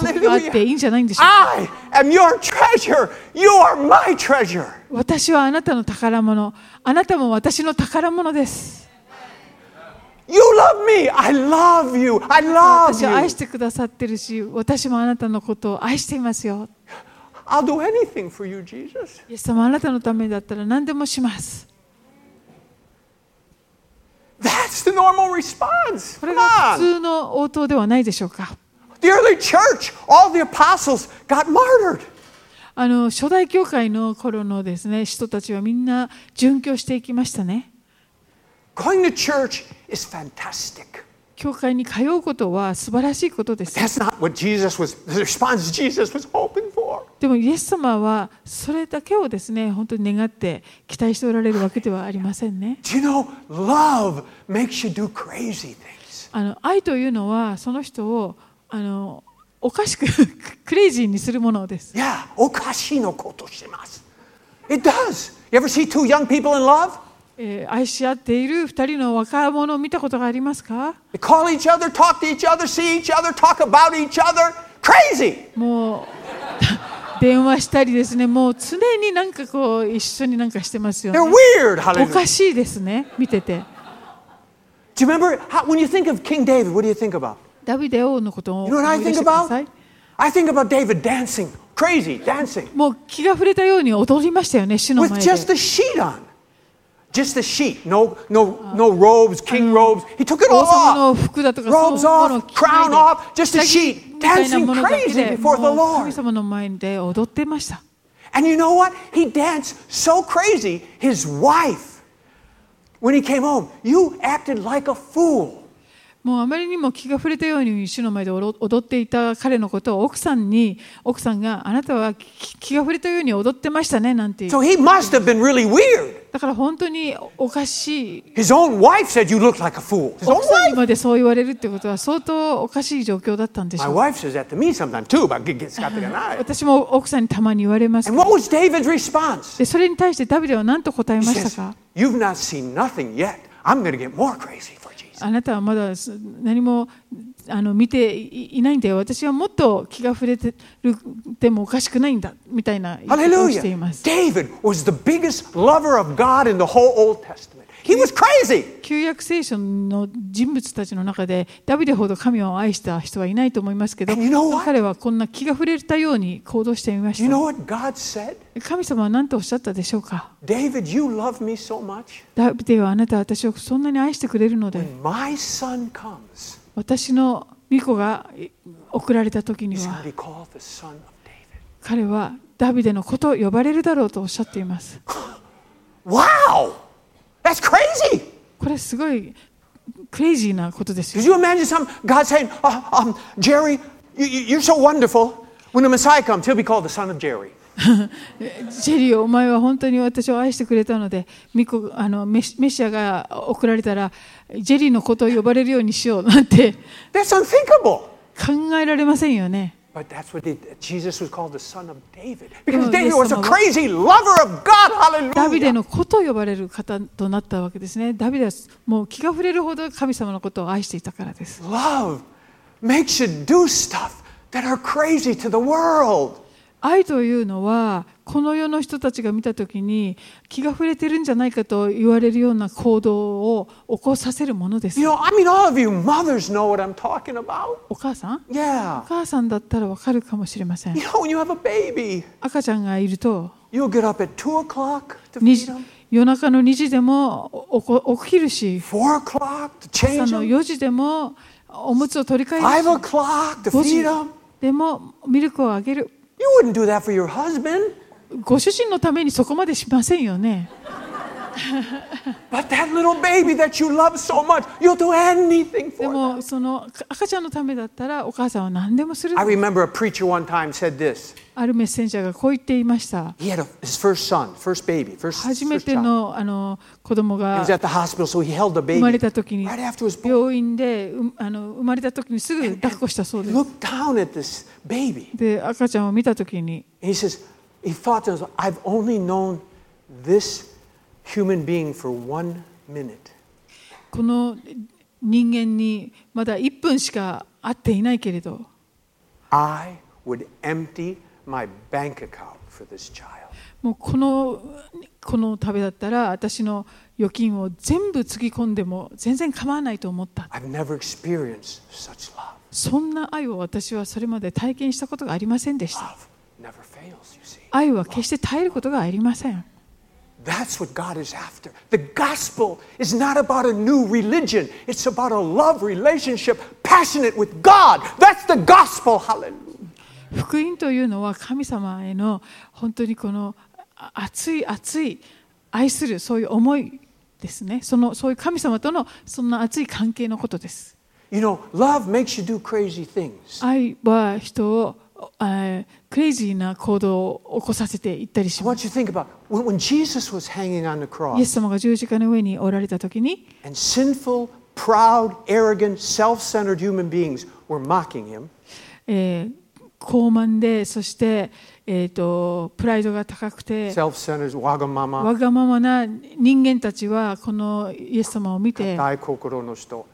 [SPEAKER 2] 時があっていいんじゃないんでしょうか。
[SPEAKER 1] I am your treasure. You are my treasure.
[SPEAKER 2] 私はあなたの宝物、あなたも私の宝物です。
[SPEAKER 1] You love me. I love you. I love
[SPEAKER 2] 私を愛し
[SPEAKER 1] you.
[SPEAKER 2] てくださってるし、私もあなたのことを愛していますよ。
[SPEAKER 1] I'll do anything for you, Jesus.
[SPEAKER 2] イエス様、あなたのためだったら何でもします。
[SPEAKER 1] That's the normal response.
[SPEAKER 2] これ
[SPEAKER 1] Come
[SPEAKER 2] が普
[SPEAKER 1] on.
[SPEAKER 2] 通の応答ではないでしょうか。
[SPEAKER 1] The early church, all the apostles got martyred.
[SPEAKER 2] あの初代教会の頃のですね人たちはみんな殉教していきましたね。
[SPEAKER 1] Going to church is fantastic.
[SPEAKER 2] 教会に通うことは素晴らしいことです。
[SPEAKER 1] That's not what Jesus was, the response Jesus was hoping for.
[SPEAKER 2] でもイエス様はそれだけをですね本当に願って期待しておられるわけではありませんね。
[SPEAKER 1] Do you know, love makes you do crazy things.
[SPEAKER 2] あの愛というのはその人をあのおかしく クレイジーにするものです。
[SPEAKER 1] Yeah, おかしいのことします. It does. You ever see two young people in love?
[SPEAKER 2] えー愛し合っている二人の若者を見たことがありますか
[SPEAKER 1] They call each other, talk to each other, see each other, talk about each other. Crazy!
[SPEAKER 2] もう 電話したりですねもう常になんかこう一緒になんかしてますよ
[SPEAKER 1] They're
[SPEAKER 2] ね。
[SPEAKER 1] weird,
[SPEAKER 2] お
[SPEAKER 1] hallelujah.
[SPEAKER 2] かしいですね見てて。
[SPEAKER 1] Do you remember how, when you think of King David, what do you think about?
[SPEAKER 2] ダビデ王のことを
[SPEAKER 1] You know what
[SPEAKER 2] 思
[SPEAKER 1] I
[SPEAKER 2] い出
[SPEAKER 1] think
[SPEAKER 2] してくださ
[SPEAKER 1] about?
[SPEAKER 2] い。
[SPEAKER 1] I think about David dancing, crazy, dancing,
[SPEAKER 2] もう気が触れたように踊りましたよね、主の
[SPEAKER 1] with
[SPEAKER 2] 前で。
[SPEAKER 1] just the sheet on. Just the sheet, no, no, no robes, king robes. He took it all
[SPEAKER 2] 王様の
[SPEAKER 1] off.
[SPEAKER 2] 服だとか、
[SPEAKER 1] Robes
[SPEAKER 2] そういうものを
[SPEAKER 1] off,
[SPEAKER 2] 着ない
[SPEAKER 1] crown
[SPEAKER 2] で
[SPEAKER 1] off, just a
[SPEAKER 2] 下着
[SPEAKER 1] sheet,
[SPEAKER 2] みたいな
[SPEAKER 1] dancing
[SPEAKER 2] ものだけ
[SPEAKER 1] crazy before the
[SPEAKER 2] でもう神
[SPEAKER 1] Lord.
[SPEAKER 2] 様の前で踊ってました。
[SPEAKER 1] And you know what? He danced so crazy, his wife, when he came home, you acted like a fool.
[SPEAKER 2] もうあまりにも気が触れたように主の前で踊踊っていた彼のことを奥さんに、奥さんがあなたは気気が触れたように踊ってましたねなんて言
[SPEAKER 1] So
[SPEAKER 2] う。
[SPEAKER 1] he must have been really weird.
[SPEAKER 2] だから本当におかしい。
[SPEAKER 1] His own wife said, You look like a fool. His own
[SPEAKER 2] 奥さんに
[SPEAKER 1] wife.
[SPEAKER 2] までそう言われるってことは相当おかしい状況だったんでし
[SPEAKER 1] My
[SPEAKER 2] ょう。
[SPEAKER 1] wife says that to me sometimes too, but get, get Scott to deny it.
[SPEAKER 2] 私も奥さんにたまに言われます
[SPEAKER 1] And。what was David's response?
[SPEAKER 2] でそれに対してダビデは何と答え
[SPEAKER 1] He
[SPEAKER 2] ました
[SPEAKER 1] says,
[SPEAKER 2] か
[SPEAKER 1] You've not seen nothing yet. I'm going to get more crazy for Jesus.
[SPEAKER 2] あなたはまだす何もあの見ていいないんだよ。私はもっと気が触れてるでもおかしくないんだみたいな言い方をしてい
[SPEAKER 1] Hallelujah.
[SPEAKER 2] ます。
[SPEAKER 1] David was the biggest lover of God in the whole Old Testament. He was crazy.
[SPEAKER 2] 旧約聖書の人物たちの中でダビデほど神を愛した人はいないと思いますけど
[SPEAKER 1] And you know what?
[SPEAKER 2] 彼はこんな気が触れたように行動してみま
[SPEAKER 1] Do
[SPEAKER 2] し
[SPEAKER 1] you know what
[SPEAKER 2] た。
[SPEAKER 1] God said?
[SPEAKER 2] 神様は何とおっしゃったでしょうか
[SPEAKER 1] David, you love me so much.
[SPEAKER 2] ダビデはあなたは私をそんなに愛してくれるので
[SPEAKER 1] When my son comes,
[SPEAKER 2] 私の御子がい送られた時に
[SPEAKER 1] he's
[SPEAKER 2] は
[SPEAKER 1] going to be called the son of David.
[SPEAKER 2] 彼はダビデのことを呼ばれるだろうとおっしゃっています。
[SPEAKER 1] Wow! That's crazy!
[SPEAKER 2] これすごいクレイジーなことですよ
[SPEAKER 1] Could。you imagine some God saying, "Uh, um, Jerry, you, you- you're so wonderful. When the Messiah comes, he'll be called the son of Jerry.
[SPEAKER 2] ジェリー、お前は本当に私を愛してくれたので、ミコあのメシメシアが送られたら、ジェリーのことを呼ばれるようにしようなんて
[SPEAKER 1] That's unthinkable.
[SPEAKER 2] 考えられませんよね。
[SPEAKER 1] But that's what they, Jesus was called the son of David. Because
[SPEAKER 2] Oh,
[SPEAKER 1] David
[SPEAKER 2] yes,
[SPEAKER 1] was a
[SPEAKER 2] Mama.
[SPEAKER 1] crazy lover of God.
[SPEAKER 2] ダビデ
[SPEAKER 1] Hallelujah.
[SPEAKER 2] のことを呼ばれる方となったわけですね。ダビデはもう気が触れるほど神様のことを愛していたからです。
[SPEAKER 1] Love makes you do stuff that are crazy to the world.
[SPEAKER 2] 愛というのはこの世の人たちが見た時に気が触れてるんじゃないかと言われるような行動を起こさせるものです
[SPEAKER 1] You。know, I mean, all of you mothers know what I'm talking about.
[SPEAKER 2] お母さん
[SPEAKER 1] Yeah.
[SPEAKER 2] お母さんだったらわかるかもしれませ ん
[SPEAKER 1] You。know, when you have a baby,
[SPEAKER 2] 赤ちゃんがいると
[SPEAKER 1] you'll get up at 2 o'clock to
[SPEAKER 2] 2
[SPEAKER 1] feed
[SPEAKER 2] 時
[SPEAKER 1] them,
[SPEAKER 2] 夜中の2時でもおこ起きるし
[SPEAKER 1] 4 o'clock to
[SPEAKER 2] 朝
[SPEAKER 1] change
[SPEAKER 2] の
[SPEAKER 1] them,
[SPEAKER 2] 4時でもおむつを取り替え
[SPEAKER 1] 5
[SPEAKER 2] るし
[SPEAKER 1] o'clock to
[SPEAKER 2] 5
[SPEAKER 1] feed
[SPEAKER 2] 時
[SPEAKER 1] them.
[SPEAKER 2] でもミルクをあげる
[SPEAKER 1] You wouldn't do that for your husband,
[SPEAKER 2] ご主人のためにそこまでしませんよね
[SPEAKER 1] but that little baby that you love so much, you'll do anything
[SPEAKER 2] で
[SPEAKER 1] for it.
[SPEAKER 2] もそのか赤ちゃんのためだったらお母さんは何でもする
[SPEAKER 1] I remember a preacher one time said this.
[SPEAKER 2] あるメッセンジャーがこう言っていました
[SPEAKER 1] He had a, his first son, first baby, first,
[SPEAKER 2] 初
[SPEAKER 1] first
[SPEAKER 2] めて
[SPEAKER 1] child.
[SPEAKER 2] のあの子供
[SPEAKER 1] He
[SPEAKER 2] が
[SPEAKER 1] was at the hospital, so he held the
[SPEAKER 2] 生まれ
[SPEAKER 1] baby.
[SPEAKER 2] た時に
[SPEAKER 1] Right after it was born,
[SPEAKER 2] 病院でうあの生まれた時にすぐ抱っこしたそう
[SPEAKER 1] he
[SPEAKER 2] です
[SPEAKER 1] looked down at this baby
[SPEAKER 2] で赤ちゃんを見た時に
[SPEAKER 1] and he says, he thought to himself, I've only known this human being for one minute.
[SPEAKER 2] この人間にまだ1分しか会っていないけれど
[SPEAKER 1] I would empty my bank account for this child.
[SPEAKER 2] もうこのこの旅だったら私の預金を全部つぎ込んでも全然構わないと思った
[SPEAKER 1] I've never experienced such love.
[SPEAKER 2] そんな愛を私はそれまで体験したことがありませんでした
[SPEAKER 1] Love never fails, you see.
[SPEAKER 2] 愛は決して耐えることがありません
[SPEAKER 1] That's what God is after. The gospel is not about a new religion, it's about a love relationship passionate with God. That's the gospel. Hallelujah.
[SPEAKER 2] 福音というのは神様への本当にこのあ熱い熱い愛するそういう思いですねそのそういう神様とのそんな熱い関係のことです
[SPEAKER 1] You know, love makes you do crazy things.
[SPEAKER 2] 愛は人をあクレイジーな行動を起こさせていったりし
[SPEAKER 1] I
[SPEAKER 2] ます。
[SPEAKER 1] want you to think about when, when Jesus was hanging on the
[SPEAKER 2] イエス
[SPEAKER 1] cross
[SPEAKER 2] 様が十字架の上におられた時に
[SPEAKER 1] and sinful, proud, arrogant, self centered human beings were mocking him.
[SPEAKER 2] えー高慢でそして、えー、とプライドが高くて
[SPEAKER 1] Self centered, wagamama.
[SPEAKER 2] わがままな人間たちはこのイエス様を見て
[SPEAKER 1] 大心の人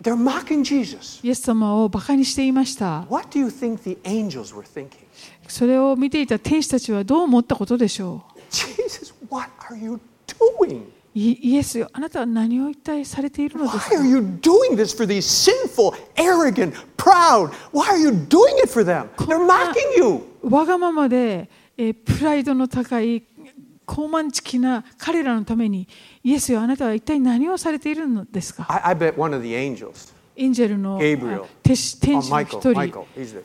[SPEAKER 1] They're mocking Jesus.
[SPEAKER 2] イエス様をバカにしていました
[SPEAKER 1] What do you think the angels were thinking?
[SPEAKER 2] それを見ていた天使たちはどう思ったことでしょう
[SPEAKER 1] Jesus, what are you doing?
[SPEAKER 2] イイエスよあなたは何を一体されているのです
[SPEAKER 1] Why
[SPEAKER 2] か
[SPEAKER 1] are you doing this for these sinful, arrogant, proud? Why are you doing it for them? They're mocking you.
[SPEAKER 2] わがままで、えープライドの高い高慢ちきな彼らのためにイエスよあなたは一体何をされているのですか
[SPEAKER 1] I, I bet one of the angels,
[SPEAKER 2] エンジェルの
[SPEAKER 1] Gabriel
[SPEAKER 2] あ天使天
[SPEAKER 1] oh,
[SPEAKER 2] 使の一
[SPEAKER 1] Michael,
[SPEAKER 2] 人
[SPEAKER 1] Michael, he's the, he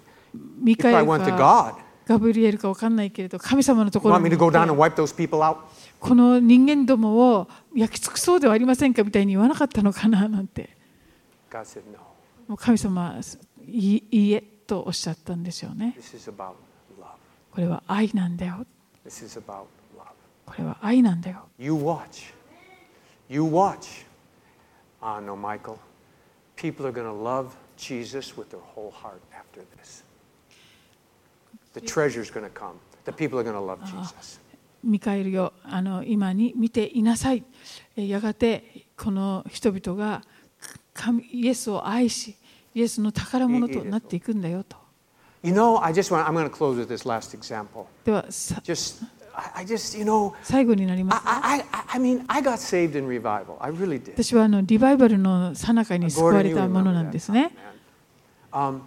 [SPEAKER 2] ミカエ
[SPEAKER 1] probably
[SPEAKER 2] ル
[SPEAKER 1] went to
[SPEAKER 2] か
[SPEAKER 1] God.
[SPEAKER 2] ガブリエルか分かんないけれど神様のと
[SPEAKER 1] You
[SPEAKER 2] ころ
[SPEAKER 1] want me
[SPEAKER 2] に
[SPEAKER 1] to
[SPEAKER 2] 行
[SPEAKER 1] go
[SPEAKER 2] っ
[SPEAKER 1] down
[SPEAKER 2] て
[SPEAKER 1] and wipe those people out?
[SPEAKER 2] この人間どもを焼き尽くそうではありませんかみたいに言わなかったのかななんて
[SPEAKER 1] God said, no,
[SPEAKER 2] もう神様いいいえとおっしゃったんですよね
[SPEAKER 1] this is about love.
[SPEAKER 2] これは愛なんだよ
[SPEAKER 1] This is about love.
[SPEAKER 2] これは愛なんだよ
[SPEAKER 1] You watch. You watch. Ah, no, Michael. People are going to love Jesus with their whole heart after this. The treasure's going to come. The people are going to love Jesus.
[SPEAKER 2] ミカエルよあの今に見ていなさいえーやがてこの人々が神イエスを愛しイエスの宝物となっていくんだよと
[SPEAKER 1] You know, I just want, I'm going to close with this last example.
[SPEAKER 2] ではさ
[SPEAKER 1] Just, I, I just, you know,
[SPEAKER 2] 最後になります
[SPEAKER 1] I, I, I, I mean, I got saved in revival. I really did.
[SPEAKER 2] 私はあのリバイバルの最中に救わ
[SPEAKER 1] Gordon,
[SPEAKER 2] れ
[SPEAKER 1] you
[SPEAKER 2] たもの
[SPEAKER 1] remember
[SPEAKER 2] なん
[SPEAKER 1] that
[SPEAKER 2] ですね
[SPEAKER 1] time, man. Um,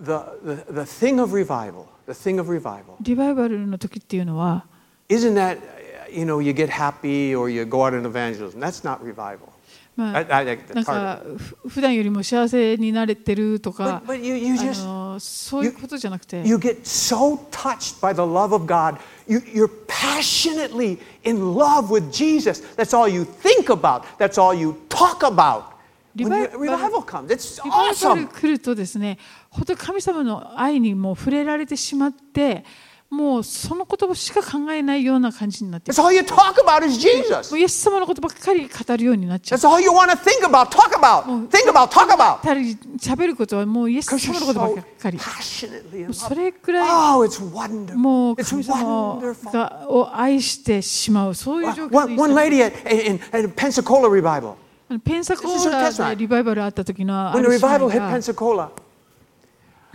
[SPEAKER 1] the, the, the thing of revival, the thing of revival,
[SPEAKER 2] リバイバルの時っていうのは
[SPEAKER 1] isn't that uh, you know you get happy or you go out in evangelism that's not revival
[SPEAKER 2] ま
[SPEAKER 1] I- I like the
[SPEAKER 2] あなんかふ普段よりも幸せになれてるとか
[SPEAKER 1] But- but you- you just-
[SPEAKER 2] あのそういうことじゃなくて
[SPEAKER 1] you get so touched by the love of god you, you're passionately in love with jesus that's all you think about that's all you talk about when you-
[SPEAKER 2] Revival-
[SPEAKER 1] revival comes it's
[SPEAKER 2] リバイバル
[SPEAKER 1] awesome
[SPEAKER 2] 来るとですね、本当に神様の愛にもう触れられてしまって、もうそのことしか考えないような感じになって、
[SPEAKER 1] it's
[SPEAKER 2] も
[SPEAKER 1] all you talk about is jesus
[SPEAKER 2] うイエス様のことばっかり語るようになっちゃう
[SPEAKER 1] that's。all you want to think about talk about think about talk about
[SPEAKER 2] たり喋ることはもうイエス
[SPEAKER 1] because
[SPEAKER 2] 様
[SPEAKER 1] you're
[SPEAKER 2] のことばっ
[SPEAKER 1] so
[SPEAKER 2] かり。
[SPEAKER 1] passionately in
[SPEAKER 2] もう
[SPEAKER 1] love
[SPEAKER 2] それくらい、
[SPEAKER 1] oh it's wonderful
[SPEAKER 2] もう
[SPEAKER 1] it's
[SPEAKER 2] 神様
[SPEAKER 1] wonderful
[SPEAKER 2] がを愛してしまう、そういう状
[SPEAKER 1] One,
[SPEAKER 2] 況
[SPEAKER 1] one-
[SPEAKER 2] に
[SPEAKER 1] one lady at, in, in Pensacola revival.
[SPEAKER 2] あのペンサコ
[SPEAKER 1] This is her
[SPEAKER 2] ーラ
[SPEAKER 1] testimony.
[SPEAKER 2] でリバイバルあった時のあ
[SPEAKER 1] When
[SPEAKER 2] る
[SPEAKER 1] the
[SPEAKER 2] 姉妹
[SPEAKER 1] revival hit
[SPEAKER 2] が
[SPEAKER 1] Pensacola,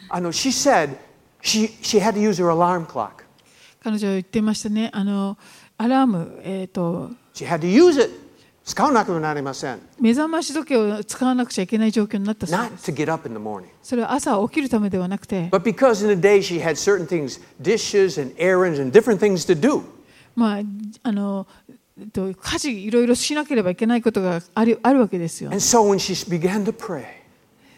[SPEAKER 1] I know she said she, she had to use her alarm clock.
[SPEAKER 2] 彼女は言ってましたね、あのアラーム、えーと、
[SPEAKER 1] She had to use it. 使わなくなりません。
[SPEAKER 2] 目覚まし時計を使わなくちゃいけない状況になったそうで
[SPEAKER 1] Not
[SPEAKER 2] す。
[SPEAKER 1] to get up in the morning.
[SPEAKER 2] それは朝起きるためではなくて、
[SPEAKER 1] But because in the day she had certain things, dishes and errands and different things to do.
[SPEAKER 2] まあ、あのえっと家事いろいろしなければいけないことがあるあるわけですよ。
[SPEAKER 1] And so when she began to pray,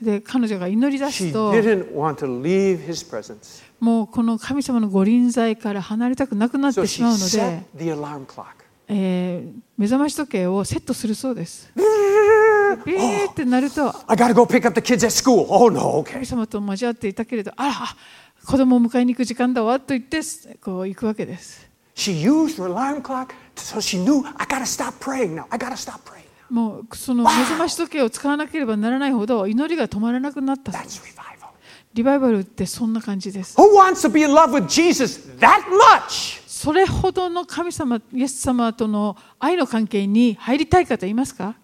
[SPEAKER 2] で彼女が祈り出
[SPEAKER 1] she
[SPEAKER 2] すと
[SPEAKER 1] didn't want to leave his presence.
[SPEAKER 2] もうこの神様のご臨在から離れたくなくなっ
[SPEAKER 1] So
[SPEAKER 2] てし
[SPEAKER 1] she
[SPEAKER 2] まうので
[SPEAKER 1] set、the alarm clock.
[SPEAKER 2] えー目覚まし時計をセットするそうです。ビーってなると
[SPEAKER 1] I got to go pick up the kids at school. Oh no, okay.
[SPEAKER 2] 神様と交わっていたけれど、あら、あ子供を迎えに行く時間だわと言って、こう行くわけです。
[SPEAKER 1] She used her alarm clock so she knew I got to stop praying now. I got to stop praying.
[SPEAKER 2] もうその目覚まし時計を使わなければならないほど祈りが止まらなくなったそうです
[SPEAKER 1] That's revival.
[SPEAKER 2] リバイバルってそんな感じです。
[SPEAKER 1] Who wants to be in love with Jesus that much?
[SPEAKER 2] それほどの神様、イエス様との愛の関係に入りたい方いますか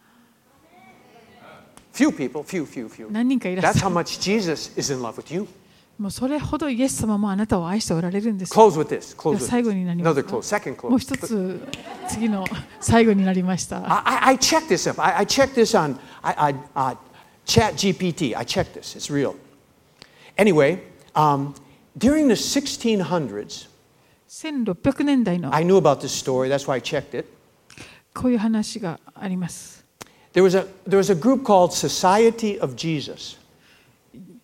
[SPEAKER 1] Few people, few, few, few.
[SPEAKER 2] 何人かいらっ
[SPEAKER 1] That's
[SPEAKER 2] しゃ
[SPEAKER 1] how
[SPEAKER 2] る。
[SPEAKER 1] much Jesus is in love with you.
[SPEAKER 2] もうそれほどイエス様もあなたを愛しておられるんです。
[SPEAKER 1] Close with this. Close
[SPEAKER 2] じゃあ
[SPEAKER 1] with
[SPEAKER 2] 最後
[SPEAKER 1] this.
[SPEAKER 2] になりま
[SPEAKER 1] Another
[SPEAKER 2] すか
[SPEAKER 1] close. Second
[SPEAKER 2] もう
[SPEAKER 1] close.
[SPEAKER 2] 一つ、次の 最後になりました。
[SPEAKER 1] I, I, I checked this up. I, I checked this on I, I, uh, Chat GPT. I checked this. It's real. Anyway, um, during the 1600s,
[SPEAKER 2] 1600年代の
[SPEAKER 1] I knew about this story. That's why I checked it.
[SPEAKER 2] こういう話があります。
[SPEAKER 1] There was a, there was a group called Society of Jesus,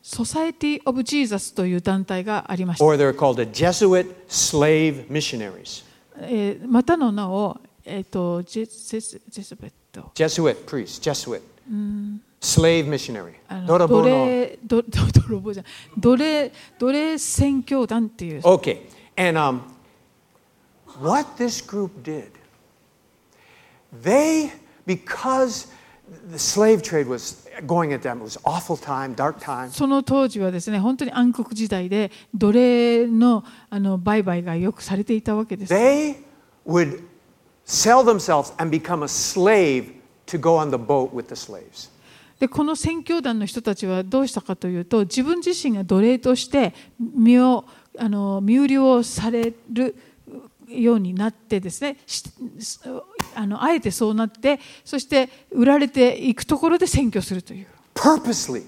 [SPEAKER 2] ソサエティ・オブ・ジーザスという団体がありました。
[SPEAKER 1] or they're called the Jesuit slave missionaries,
[SPEAKER 2] えーまたの名を、えー、とジェジェスジェスベット
[SPEAKER 1] Jesuit priests, Jesuit, slave missionary.
[SPEAKER 2] あの
[SPEAKER 1] Dora
[SPEAKER 2] 奴
[SPEAKER 1] Bono.
[SPEAKER 2] 隷ど ど泥棒じゃん奴隷奴隷宣教団っていう
[SPEAKER 1] Okay, and um, what this group did, they, because the slave trade was going at them, it was awful time, dark time.
[SPEAKER 2] その当時はですね本当に暗黒時代で奴隷のあの売買がよくされていたわけです。
[SPEAKER 1] They would sell themselves and become a slave to go on the boat with the slaves.
[SPEAKER 2] でこの宣教団の人たちはどうしたかというと自分自身が奴隷として身をあの身売りをされるようになってですねしあのあえてそうなってそして売られていくところで宣教するという
[SPEAKER 1] Purposely,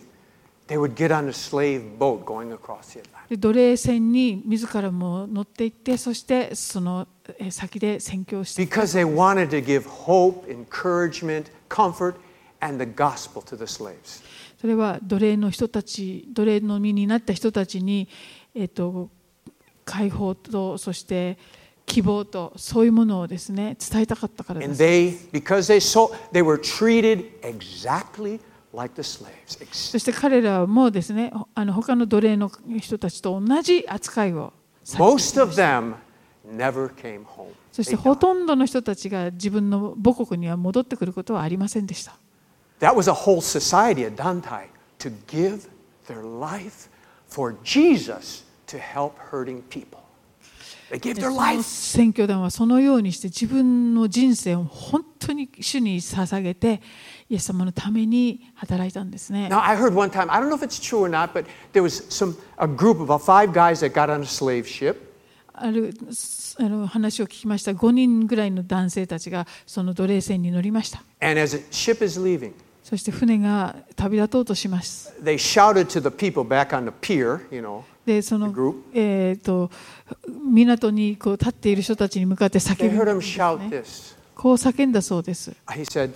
[SPEAKER 1] they would get on a slave boat going across the Atlantic.
[SPEAKER 2] で奴隷船に自らも乗っていってそしてそのえ先で宣教して
[SPEAKER 1] Because they wanted to give hope, encouragement, comfort, and the gospel to the slaves.
[SPEAKER 2] それは奴隷の人たち奴隷の身になった人たちに、えっと解放とそして希望とそういうものをですね伝えたかったからで
[SPEAKER 1] And
[SPEAKER 2] す
[SPEAKER 1] they, because they sold, they were treated exactly like the slaves. Ex-
[SPEAKER 2] そして彼らもですねあの他の奴隷の人たちと同じ扱いをされて
[SPEAKER 1] Most of them never came home. They
[SPEAKER 2] そしてほ
[SPEAKER 1] died.
[SPEAKER 2] とんどの人たちが自分の母国には戻ってくることはありませんでした
[SPEAKER 1] That was a whole society, a Dantai, to give their life for Jesus to help hurting people. They gave
[SPEAKER 2] で
[SPEAKER 1] their
[SPEAKER 2] その
[SPEAKER 1] life.
[SPEAKER 2] 選挙団はそのようにして自分の人生を本当に主に捧げてイエス様のために働いたんですね
[SPEAKER 1] Now I heard one time, I don't know if it's true or not, but there was some a group of about five guys that got on a slave ship.
[SPEAKER 2] あるすあの話を聞きました5人ぐらいの男性たちがその奴隷船に乗りました
[SPEAKER 1] And as the ship is leaving,
[SPEAKER 2] そして船が旅立とうとします
[SPEAKER 1] they shouted to the people back on the pier, you know,
[SPEAKER 2] でその
[SPEAKER 1] group.、
[SPEAKER 2] えー、と港にこう立っている人たちに向かって叫
[SPEAKER 1] they
[SPEAKER 2] び
[SPEAKER 1] heard
[SPEAKER 2] 声
[SPEAKER 1] him
[SPEAKER 2] をしま
[SPEAKER 1] shout
[SPEAKER 2] すね
[SPEAKER 1] this.
[SPEAKER 2] こう叫んだそうです
[SPEAKER 1] He said,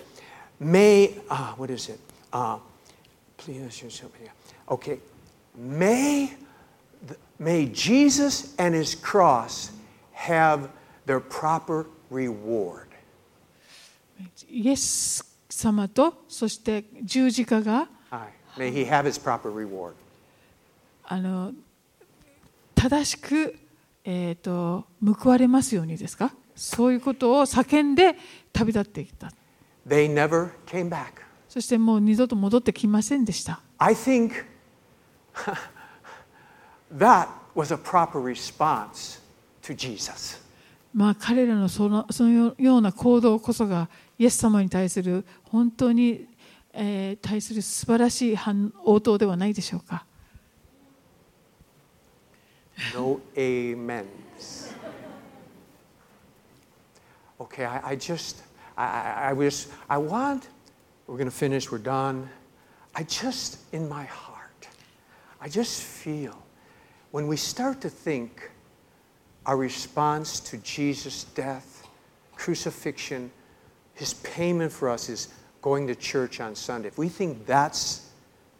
[SPEAKER 1] May, uh, what is it? Uh, please, okay. May, th- may Jesus and his cross have their proper reward.
[SPEAKER 2] イエス様とそして十字架が
[SPEAKER 1] Aye. May he have his proper reward.
[SPEAKER 2] あの正しく、えー、と報われますようにですかそういうことを叫んで旅立っていった
[SPEAKER 1] They never came back.
[SPEAKER 2] そしてもう二度と戻ってきませんでした
[SPEAKER 1] I think that was a proper response to Jesus.
[SPEAKER 2] まあ彼らのそのそのような行動こそがイエス様に対する本当に、えー対する素晴らしい反応答ではないでしょうか
[SPEAKER 1] No amens. okay, I, I just, I, I, I wish, I want, we're going to finish, we're done. I just, in my heart, I just feel when we start to think our response to Jesus' death, crucifixion, his payment for us is going to church on Sunday. If we think that's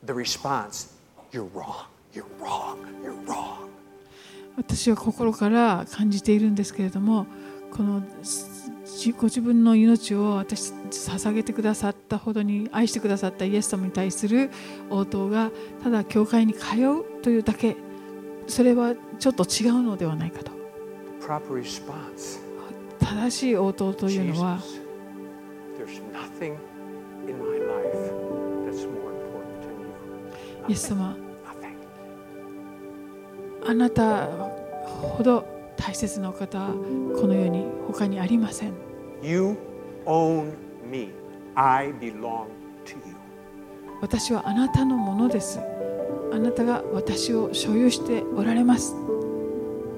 [SPEAKER 1] the response, you're wrong. You're wrong. You're wrong.
[SPEAKER 2] 私は心から感じているんですけれどもこのじご自分の命を私捧げてくださったほどに愛してくださったイエス様に対する応答がただ教会に通うというだけそれはちょっと違うのではないかと
[SPEAKER 1] The proper response.
[SPEAKER 2] 正しい応答というのは
[SPEAKER 1] Jesus, there's nothing in my life that's more important than you.
[SPEAKER 2] イエス様
[SPEAKER 1] Nothing.
[SPEAKER 2] あなたほど大切なお方はこの世に他にありません
[SPEAKER 1] You own me. I belong to you.
[SPEAKER 2] 私はあなたのものですあなたが私を所有しておられます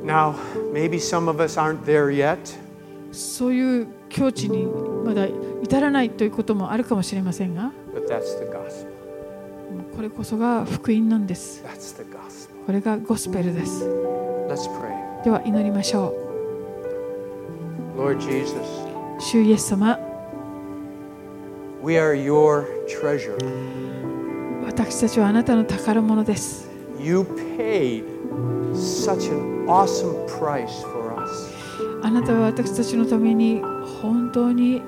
[SPEAKER 1] Now, maybe some of us aren't there yet.
[SPEAKER 2] そういう境地にまだ至らないということもあるかもしれませんが
[SPEAKER 1] But that's the gospel.
[SPEAKER 2] これこそが福音なんです
[SPEAKER 1] That's the gospel.
[SPEAKER 2] これがゴスペルです
[SPEAKER 1] Let's pray.
[SPEAKER 2] では祈りましょ
[SPEAKER 1] Lord Jesus,
[SPEAKER 2] う主イエス様
[SPEAKER 1] we are your treasure.
[SPEAKER 2] 私たちはあなたの宝物です
[SPEAKER 1] You paid such an awesome price for us.
[SPEAKER 2] あなたは私たちのために本当に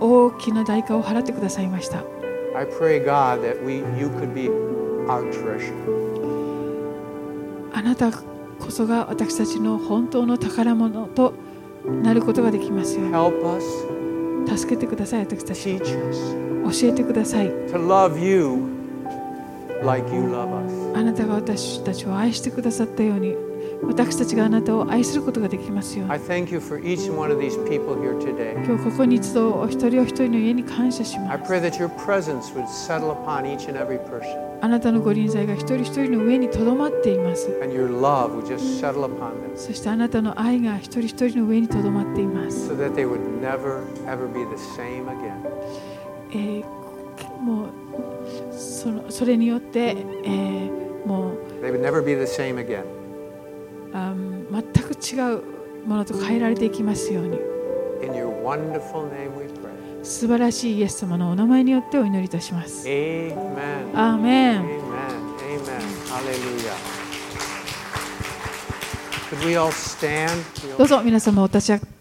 [SPEAKER 2] 大きな代価を払ってくださいました
[SPEAKER 1] I pray, God, that we you could be our treasure.
[SPEAKER 2] あなたこそが私たちの本当の宝物となることができますよう
[SPEAKER 1] Help us,
[SPEAKER 2] に助けてください私たち
[SPEAKER 1] teach us
[SPEAKER 2] 教えてください
[SPEAKER 1] to love you like you love us.
[SPEAKER 2] あなたが私たちを愛してくださったように私たちがあなたを愛することができますように
[SPEAKER 1] I thank you for each and one of these people here today.
[SPEAKER 2] 今日ここに一度お一人お一人の家に感謝し
[SPEAKER 1] I
[SPEAKER 2] ます
[SPEAKER 1] pray that your presence would settle upon each and every person
[SPEAKER 2] あなたのご臨在が一人一人の上にとどまっています
[SPEAKER 1] and your love would just settle upon them
[SPEAKER 2] そしてあなたの愛が一人一人の上にとどまっています、
[SPEAKER 1] so that they would never, ever be the same again.
[SPEAKER 2] えーもうそのそれによって、えーもう
[SPEAKER 1] They would never be the same again.
[SPEAKER 2] あー全く違うものと変えられていきますように
[SPEAKER 1] In your wonderful name we pray.
[SPEAKER 2] 素晴らしいイエス様のお名前によってお祈りいたします
[SPEAKER 1] Amen.
[SPEAKER 2] アーメン
[SPEAKER 1] Amen. Amen. Hallelujah. Could we all stand? We all-
[SPEAKER 2] どうぞ皆様お立ち